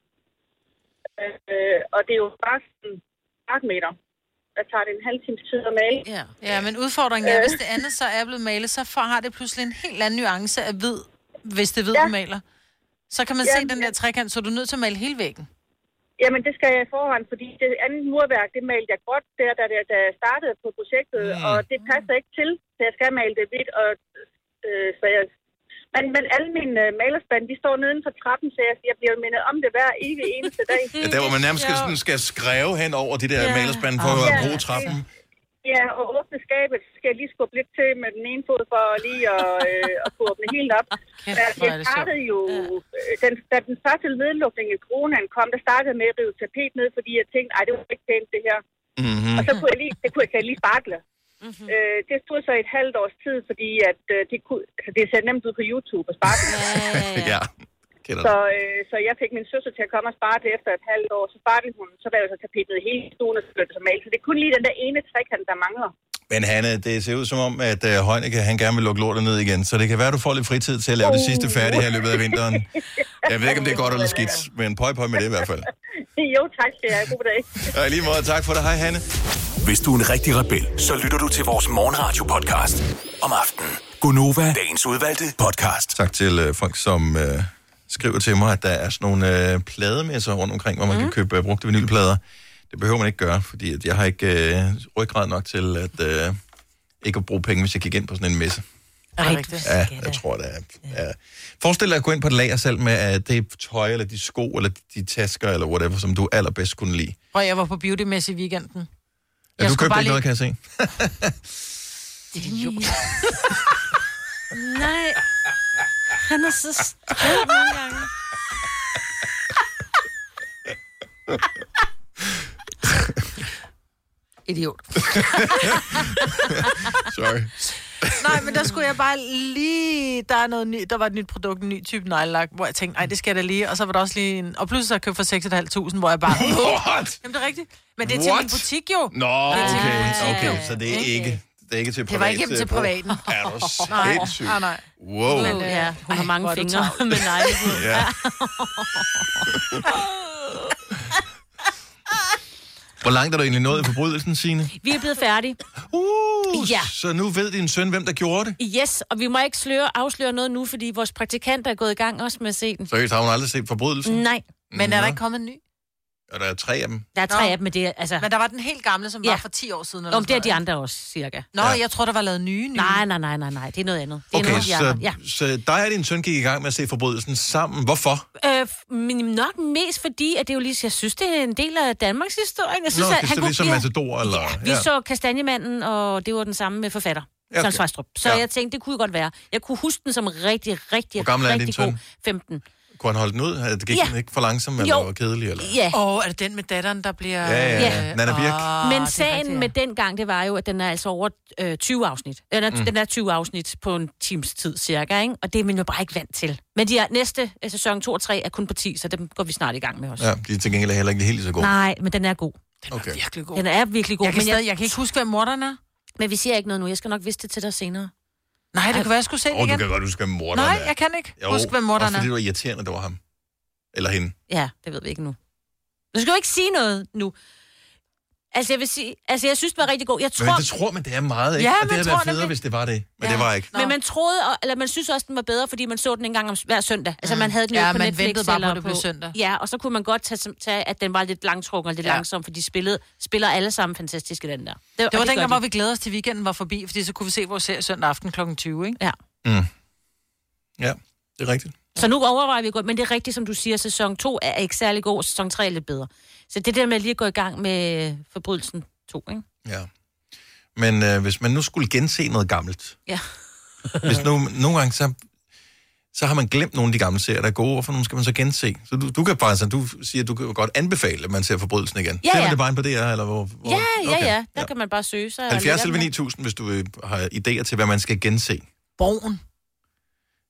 Øh, og det er jo bare sådan kvadratmeter. Der tager det en halv times tid at male. Ja. Ja, men udfordringen er, hvis det andet så er blevet malet, så får- har det pludselig en helt anden nuance af hvid, hvis det er hvid, ja. du maler. Så kan man ja, se den der trekant, så er du nødt til at male hele væggen. Jamen, det skal jeg i forvejen, fordi det andet murværk, det malte jeg godt, der, da, da, da jeg startede på projektet, Mm. mm. og det passer ikke til, så jeg skal male det hvidt, og øh, så jeg... Men, men alle mine øh, malerspande, de står neden for trappen, så jeg, jeg bliver mindet om det hver evig eneste dag. Ja, der hvor man nærmest skal, sådan, skal skræve hen over de der Ja. Ah. ja. malerspand for Ja. at bruge trappen. Ja, og åbne skabet så skal jeg lige skubbe lidt til med den ene fod for lige at, øh, at kunne åbne helt op. Kæft, Jeg, hvor er jeg det sjovt. startede jo, øh, den, da den første nedlukning i coronaen kom, der startede jeg med at rive tapet ned, fordi jeg tænkte, nej, det var ikke pænt det her. Mm-hmm. Og så kunne jeg lige, det kunne jeg så lige sparkle. Mm-hmm. Øh, det stod så i et halvt års tid, fordi at, øh, det, kunne, altså, det ser nemt ud på YouTube at sparke. Ja, kender så, det. øh, så jeg fik min søster til at komme og spare det efter et halvt år. Så sparklede hun, så var jeg så tapetet i hele stuen og så blev det så malet. Så det er kun lige den der ene trekant, der mangler. Men Hanne, det ser ud som om, at øh, Heunicke, han gerne vil lukke lortet ned igen, så det kan være, at du får lidt fritid til at lave Oh. det sidste færdige her i løbet af vinteren. Jeg ved ikke, om det er godt eller skidt, men pøj pøj med det i hvert fald. jo, tak skal jeg. God dag. Og i lige måde, tak for det. Hej Hanne. Hvis du er en rigtig rebel, så lytter du til vores morgenradio-podcast om aftenen. Gunova, dagens udvalgte podcast. Tak til øh, folk, som øh, skriver til mig, at der er sådan nogle øh, plademesser rundt omkring, hvor man mm. kan købe øh, brugte vinylplader. Det behøver man ikke gøre, fordi at jeg har ikke øh, ryggrad nok til at øh, ikke at bruge penge, hvis jeg gik ind på sådan en messe. Er det rigtigt? Ja, jeg tror, det er. Ja. Forestil dig at gå ind på et lager selv med uh, det tøj, eller de sko, eller de tasker, eller whatever, som du allerbedst kunne lide. Prøv, jeg var på beautymess i weekenden. Ja, du skulle købte bare ikke noget, kan jeg se. Idiot. Nej. Han er så strid nogle gange. Idiot. Sorry. Nej, men der skulle jeg bare lige... Der, er noget ny, der var et nyt produkt, en ny type nejlak, hvor jeg tænkte, nej, det skal jeg da lige. Og så var der også lige en... Og pludselig så har jeg købt for 6.500, hvor jeg bare... What? Jamen, det er rigtigt. Men det er til What? min butik jo. Nå, Det er til min okay, butik, jo. okay, så det er ikke, det er ikke til privat. Det var ikke hjem til øh, brug. privaten. Er du Nej, sindssyg? nej, nej. Wow. Men, øh, ja, hun har mange hvor er du fingre travl. med neglebud. Ja. Hvor langt er du egentlig nået i forbrydelsen, Signe? Vi er blevet færdige. Uh, Ja. Så nu ved din søn, hvem der gjorde det. Yes, og vi må ikke sløre, afsløre noget nu, fordi vores praktikant er gået i gang også med at se den. Seriøst, har hun aldrig set forbrydelsen? Nej. Men er der Nå. ikke kommet en ny? Og der er tre af dem. Der er tre af dem, men det er, altså... Men der var den helt gamle, som var Ja. for 10 år siden. Nå, Eller men det er sådan de andre også, cirka. Nå, Ja. jeg tror, der var lavet nye, Øh, nye. Nej, nej, nej, nej, nej. Det er noget andet. Det er Okay, noget, de så, andre. Ja. så dig og din søn gik i gang med at se forbrydelsen sammen. Hvorfor? Øh, men nok mest fordi, at det jo lige, jeg synes, det er en del af Danmarks historie. Jeg synes, Nå, at han det ligesom ja, Matador, eller... Vi så Kastanjemanden, og det var den samme med forfatter. Ja, okay. Okay. Svarstrup. Så Ja. ja. jeg tænkte, det kunne jo godt være. Jeg kunne huske den som rigtig, rigtig, Hvor gammel er rigtig din god. søn? 15. Kunne han holde den ud? Er Det gik Ja. ja. ikke for langsomt, eller Jo. var kedelig? Eller? Ja. Og oh, er det den med datteren, der bliver... Ja, ja, ja. Nana Birch. Åh, Ah, det Men er sagen rigtigt, rigtigt, ja. ja. med den gang, det var jo, at den er altså over øh, 20 afsnit. Den er, Mm. mm. den er 20 afsnit på en times tid cirka, ikke? og det er man jo bare ikke vant til. Men de er, næste øh, sæson 2 og 3 er kun på 10, så dem går vi snart i gang med også. Ja, de er til gengæld heller ikke helt så gode. Nej, men den er god. Den okay. virkelig Den er virkelig god. Jeg kan, stadig, jeg... kan ikke huske, hvem morderen er. Men vi siger ikke noget nu. Jeg skal nok vidste det til dig senere. Nej, det kunne være, jeg skulle se Åh, oh, du kan godt huske, hvem morderen Nej, er. jeg kan ikke Jo, huske, hvem morderen også er. fordi det var irriterende, det var ham. Eller hende. Ja, det ved vi ikke nu. Du skal jo ikke sige noget nu. Altså, jeg vil sige... Altså, jeg synes, det var rigtig god. Jeg tror... Tror... Men det tror man, det er meget, ikke? Ja, og det man havde tror været federe, nemlig- hvis det var det. Men ja. det var ikke. Men man troede, og- eller man synes også, den var bedre, fordi man så den en gang om s- hver søndag. Altså, Mm. man havde den jo Ja, ikke på man Netflix ventede bare på, eller at det blev søndag. Ja, og så kunne man godt tage, som- tage at den var lidt langtrukken og lidt Ja. ja. langsom, for de spillede, spiller alle sammen fantastisk i den der. og Det var gør dengang, de. hvor vi glædede os til weekenden var forbi, fordi så kunne vi se vores serie søndag aften kl. 20, ikke? Ja. Mm. Ja, det er rigtigt. Så nu overvejer vi godt, men det er rigtigt, som du siger, sæson 2 er ikke særlig god, og sæson 3 er lidt bedre. Så det der med lige at gå i gang med forbrydelsen 2, ikke? Ja. Men øh, hvis man nu skulle gense noget gammelt, Ja. hvis nu, nogle gange, så, så har man glemt nogle af de gamle serier, der er gode, og for nogle skal man så gense. Så du, du kan bare, så du siger, du kan jo godt anbefale, at man ser forbrydelsen igen. Ja, Ser man ja. det bare ind på DR, eller hvor? hvor Ja, ja, ja. Der kan man bare søge. Så er der 70 ligger eller den 9000, hvis du øh, har idéer til, hvad man skal gense. Broen.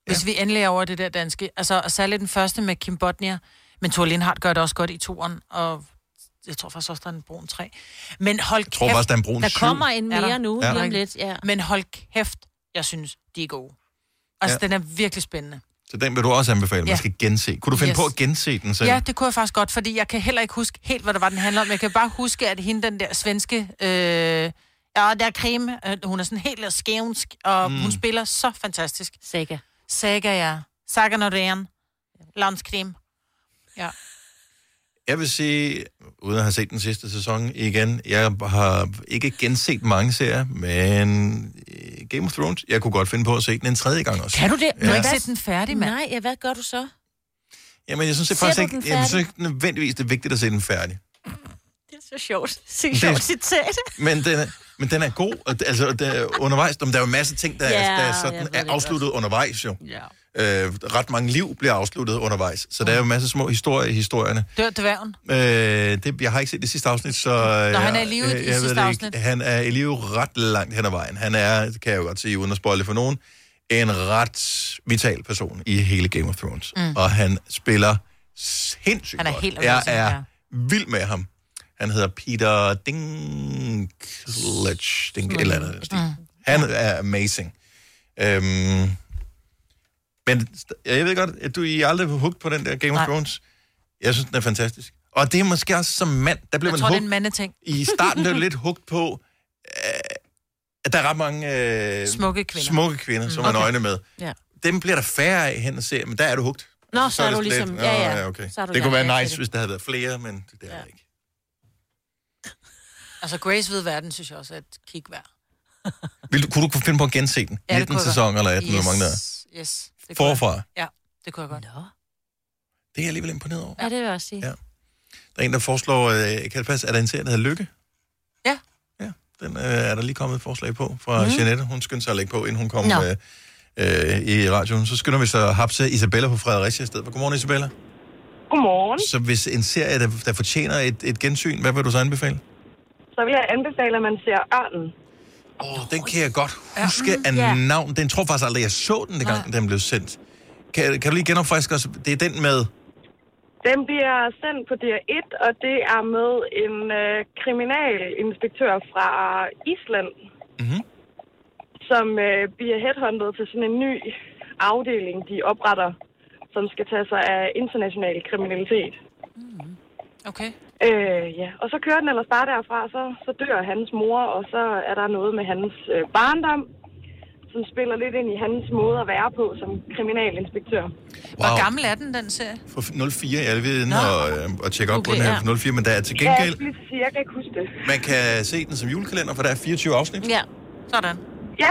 Hvis vi endelig er over det der danske. Altså, og særligt den første med Kim Bodnia. Men Thor Lindhardt gør det også godt i toren, og jeg tror faktisk også, der er en brun træ. Men hold kæft. tror faktisk, der er en brun der syv. kommer en Er mere der? nu, Ja. lige om lidt. Ja. Men hold kæft, jeg synes, de er gode. Altså, ja. Ja. den er virkelig spændende. Så den vil du også anbefale, man Ja. skal gense. Kunne du finde Yes. på at gense den selv? Ja, det kunne jeg faktisk godt, fordi jeg kan heller ikke huske helt, hvad det var, den handler om. Jeg kan bare huske, at hende, den der svenske... Øh, ja, der er creme. øh, Hun er sådan helt skævnsk, og Mm. mm. hun spiller så fantastisk. Saga. Saga, ja. Saga Norén. Landskrim. Ja. Jeg vil sige, uden at have set den sidste sæson igen, jeg har ikke genset mange serier, men øh, Game of Thrones, jeg kunne godt finde på at se den en tredje gang også. Kan du det? Du Ja. har ikke set den færdig, mand. Nej, ja, hvad gør du så? Jamen, jeg synes det Ser faktisk du ikke, den jeg synes færdig? ikke nødvendigvis, det er vigtigt at se den færdig. Det er så sjovt. Sikke Det- sjovt citat. Men den er, men den er god, og, det- altså der, undervejs, jamen, der er jo en masse ting, der, Ja, yeah, der er jeg sådan, ved det er afsluttet undervejs jo. Yeah. Øh, ret mange liv bliver afsluttet undervejs, så der er jo en masse små historier i historierne. Dør dværgen. Øh, det, jeg har ikke set det sidste afsnit, så... Nå, han er i live i jeg, sidste ved det afsnit. Ikke. Han er i live ret langt hen ad vejen. Han er, kan jeg jo godt sige, uden at spoile for nogen, en ret vital person i hele Game of Thrones. Mm. Mm. Og han spiller sindssygt Han er godt. helt Jeg amazing, er ja. vild med ham. Han hedder Peter Dinklage, Dink, et eller andet. i den stil. Han er amazing. Øhm, men st- jeg ved godt, at du I er aldrig hooked på den der Game of Nej. Thrones. Jeg synes, den er fantastisk. Og det er måske også som mand, der blev Jeg man tror, det er hooked. en mandeting. I starten blev du lidt hooked på, øh, at der er ret mange øh, Smukke kvinder. smukke kvinder mm. som man Okay. okay. øjne med. Ja. Dem bliver der færre af hen og se, men der er du hooked. Nå, så, så er det du sådan ligesom... lidt, ja, "Nå, ja. okay. Så er du Det kunne der, ja, være så nice, er det. hvis der havde været flere, men det der er ikke. Altså, Grace ved verden, synes jeg også er et kig værd. Vil du, kunne du kunne finde på at gense den? Ja, det 19 kunne jeg sæsoner godt. eller 18, yes. eller hvor mange der er. Yes, yes. det kunne jeg. Forfra. Ja, det kunne jeg godt. Nå. Det er jeg alligevel imponeret over. Ja, det vil jeg også sige. Ja. Der er en, der foreslår, øh, kan det passe, er der en serie, der hedder Lykke? Ja. Ja, den øh, er der lige kommet et forslag på fra Mhm. mm. Jeanette. Hun skyndte sig at lægge på, inden hun kom Nå. øh, øh, i radioen. Så skynder vi så at hapse Isabella på Fredericia i stedet for. Godmorgen, Isabella. Godmorgen. Så hvis en serie, der, der fortjener et, et gensyn, hvad vil du så anbefale? Så vil jeg anbefale, at man ser Ørnen. Oh, den kan jeg godt huske Mm, af Mm, Ja. navn. Den tror jeg faktisk aldrig, jeg så den, dengang den blev sendt. Kan, kan du lige genopfriske os? Det er den med... Den bliver sendt på DR1, og det er med en øh, kriminalinspektør fra Island, Mm-hmm. som øh, bliver headhunted til sådan en ny afdeling, de opretter, som skal tage sig af international kriminalitet. Okay. Øh, ja, og så kører den ellers bare derfra, så, så dør hans mor, og så er der noget med hans øh, barndom, som spiller lidt ind i hans måde at være på som kriminalinspektør. Hvor gammel er den, den serie? Fra 04, jeg er ved inde og, øh, og tjekke op Okay, på den her ja. fra 04, men der er til Ja, jeg gengæld... skulle lige så sige, jeg kan ikke huske det. Man kan se den som julekalender, for der er 24 afsnit. Ja, sådan. Ja,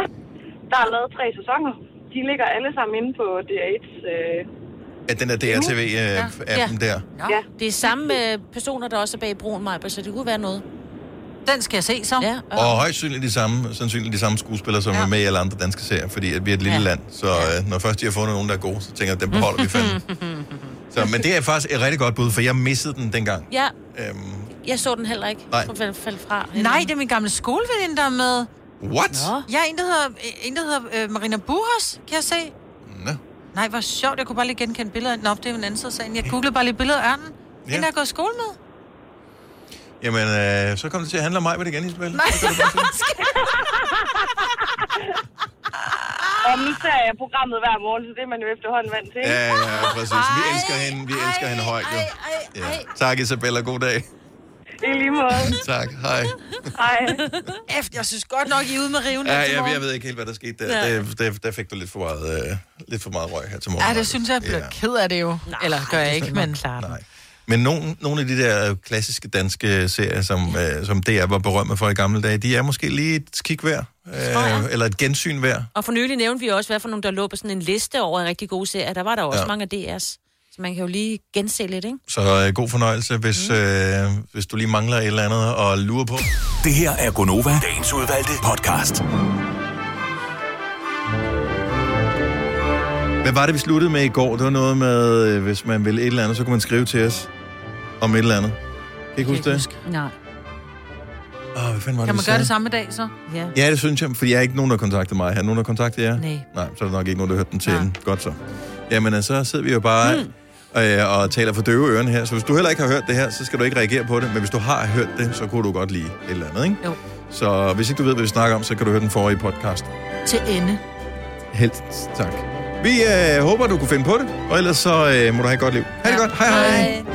der er lavet tre sæsoner. De ligger alle sammen inde på DR1's... Øh, At den der DRTV-appen Ja. ja. øh, der. ja. Det er samme øh, personer, der også er bag broen, Maja, så det kunne være noget. Den skal jeg se, så. Ja, Og højst sandsynligt de samme, sandsynligt de samme skuespillere, som ja. er med i alle andre danske serier, fordi at vi er et Ja. lille ja. land. Så øh, når først de har fundet nogen, der er gode, så tænker jeg, dem beholder vi fandme. Så, men det er faktisk et rigtig godt bud, for jeg missede den dengang. ja Øhm, jeg så den heller ikke. Nej. Jeg tror, den faldt fra. Nej, det er min gamle skoleveninde, der er med. What? Nå. Ja, en, der hedder, en, der hedder øh, Marina Burhos, kan jeg se. Nå. Nej, hvor sjovt. Jeg kunne bare lige genkende billeder. Nå, det er jo en anden side af sagen. Jeg googlede bare lige billeder af ørnen. Ja. Ja. Hende, der er gået i skole med. Jamen, øh, så kom det til at handle om mig med det igen, Isabel. Nej. Og nu ser jeg programmet hver morgen, så det er man jo efterhånden vant til. Ja, ja, præcis. Vi elsker hende, vi elsker hende højt, jo. Ja. Tak, Isabella. God dag. I lige måde. Tak. Hej. Hej. Efter, jeg synes godt nok, I er ude med riven. Ja, her til jeg, jeg morgen. ved ikke helt, hvad der skete der. Ja. Ja. Der, der, der fik du lidt for meget, øh, lidt for meget røg her til morgen. Ja, det synes jeg, jeg bliver ked af det jo. Nej, Eller gør jeg ikke, men... Nej. Men nogle, nogle af de der øh, klassiske danske serier, som, øh, som DR var berømt for i gamle dage, de er måske lige et kig værd, øh, eller et gensyn værd. Og for nylig nævnte vi også, hvad for nogle, der lå på sådan en liste over rigtig gode serier. Der var der også ja. Ja. mange af DR's. Så man kan jo lige gense lidt, ikke? Så øh, god fornøjelse, hvis, mm. øh, hvis du lige mangler et eller andet og lure på. Det her er Gonova, dagens udvalgte podcast. Hvad var det, vi sluttede med i går? Det var noget med, øh, hvis man vil et eller andet, så kunne man skrive til os om et eller andet. Kan I ikke huske det? Nej. Åh, hvad fanden var Kan det, man vi gøre det sagde? samme dag, så? Ja. Ja, det synes jeg, fordi jeg er ikke nogen, der kontakter mig. Er nogen, der kontakter jer? Nej. Nej, så er der nok ikke nogen, der hørte den til ja. Godt så. Jamen, øh, så sidder vi jo bare mm. øh, og taler for døve øren her. Så hvis du heller ikke har hørt det her, så skal du ikke reagere på det. Men hvis du har hørt det, så kunne du godt lide et eller andet, ikke? Jo. Så hvis ikke du ved, hvad vi snakker om, så kan du høre den forrige podcast. Til ende. Helt tak. Vi øh, håber, du kunne finde på det, og ellers så øh, må du have et godt liv. Ha' det godt. Hej hej. hej.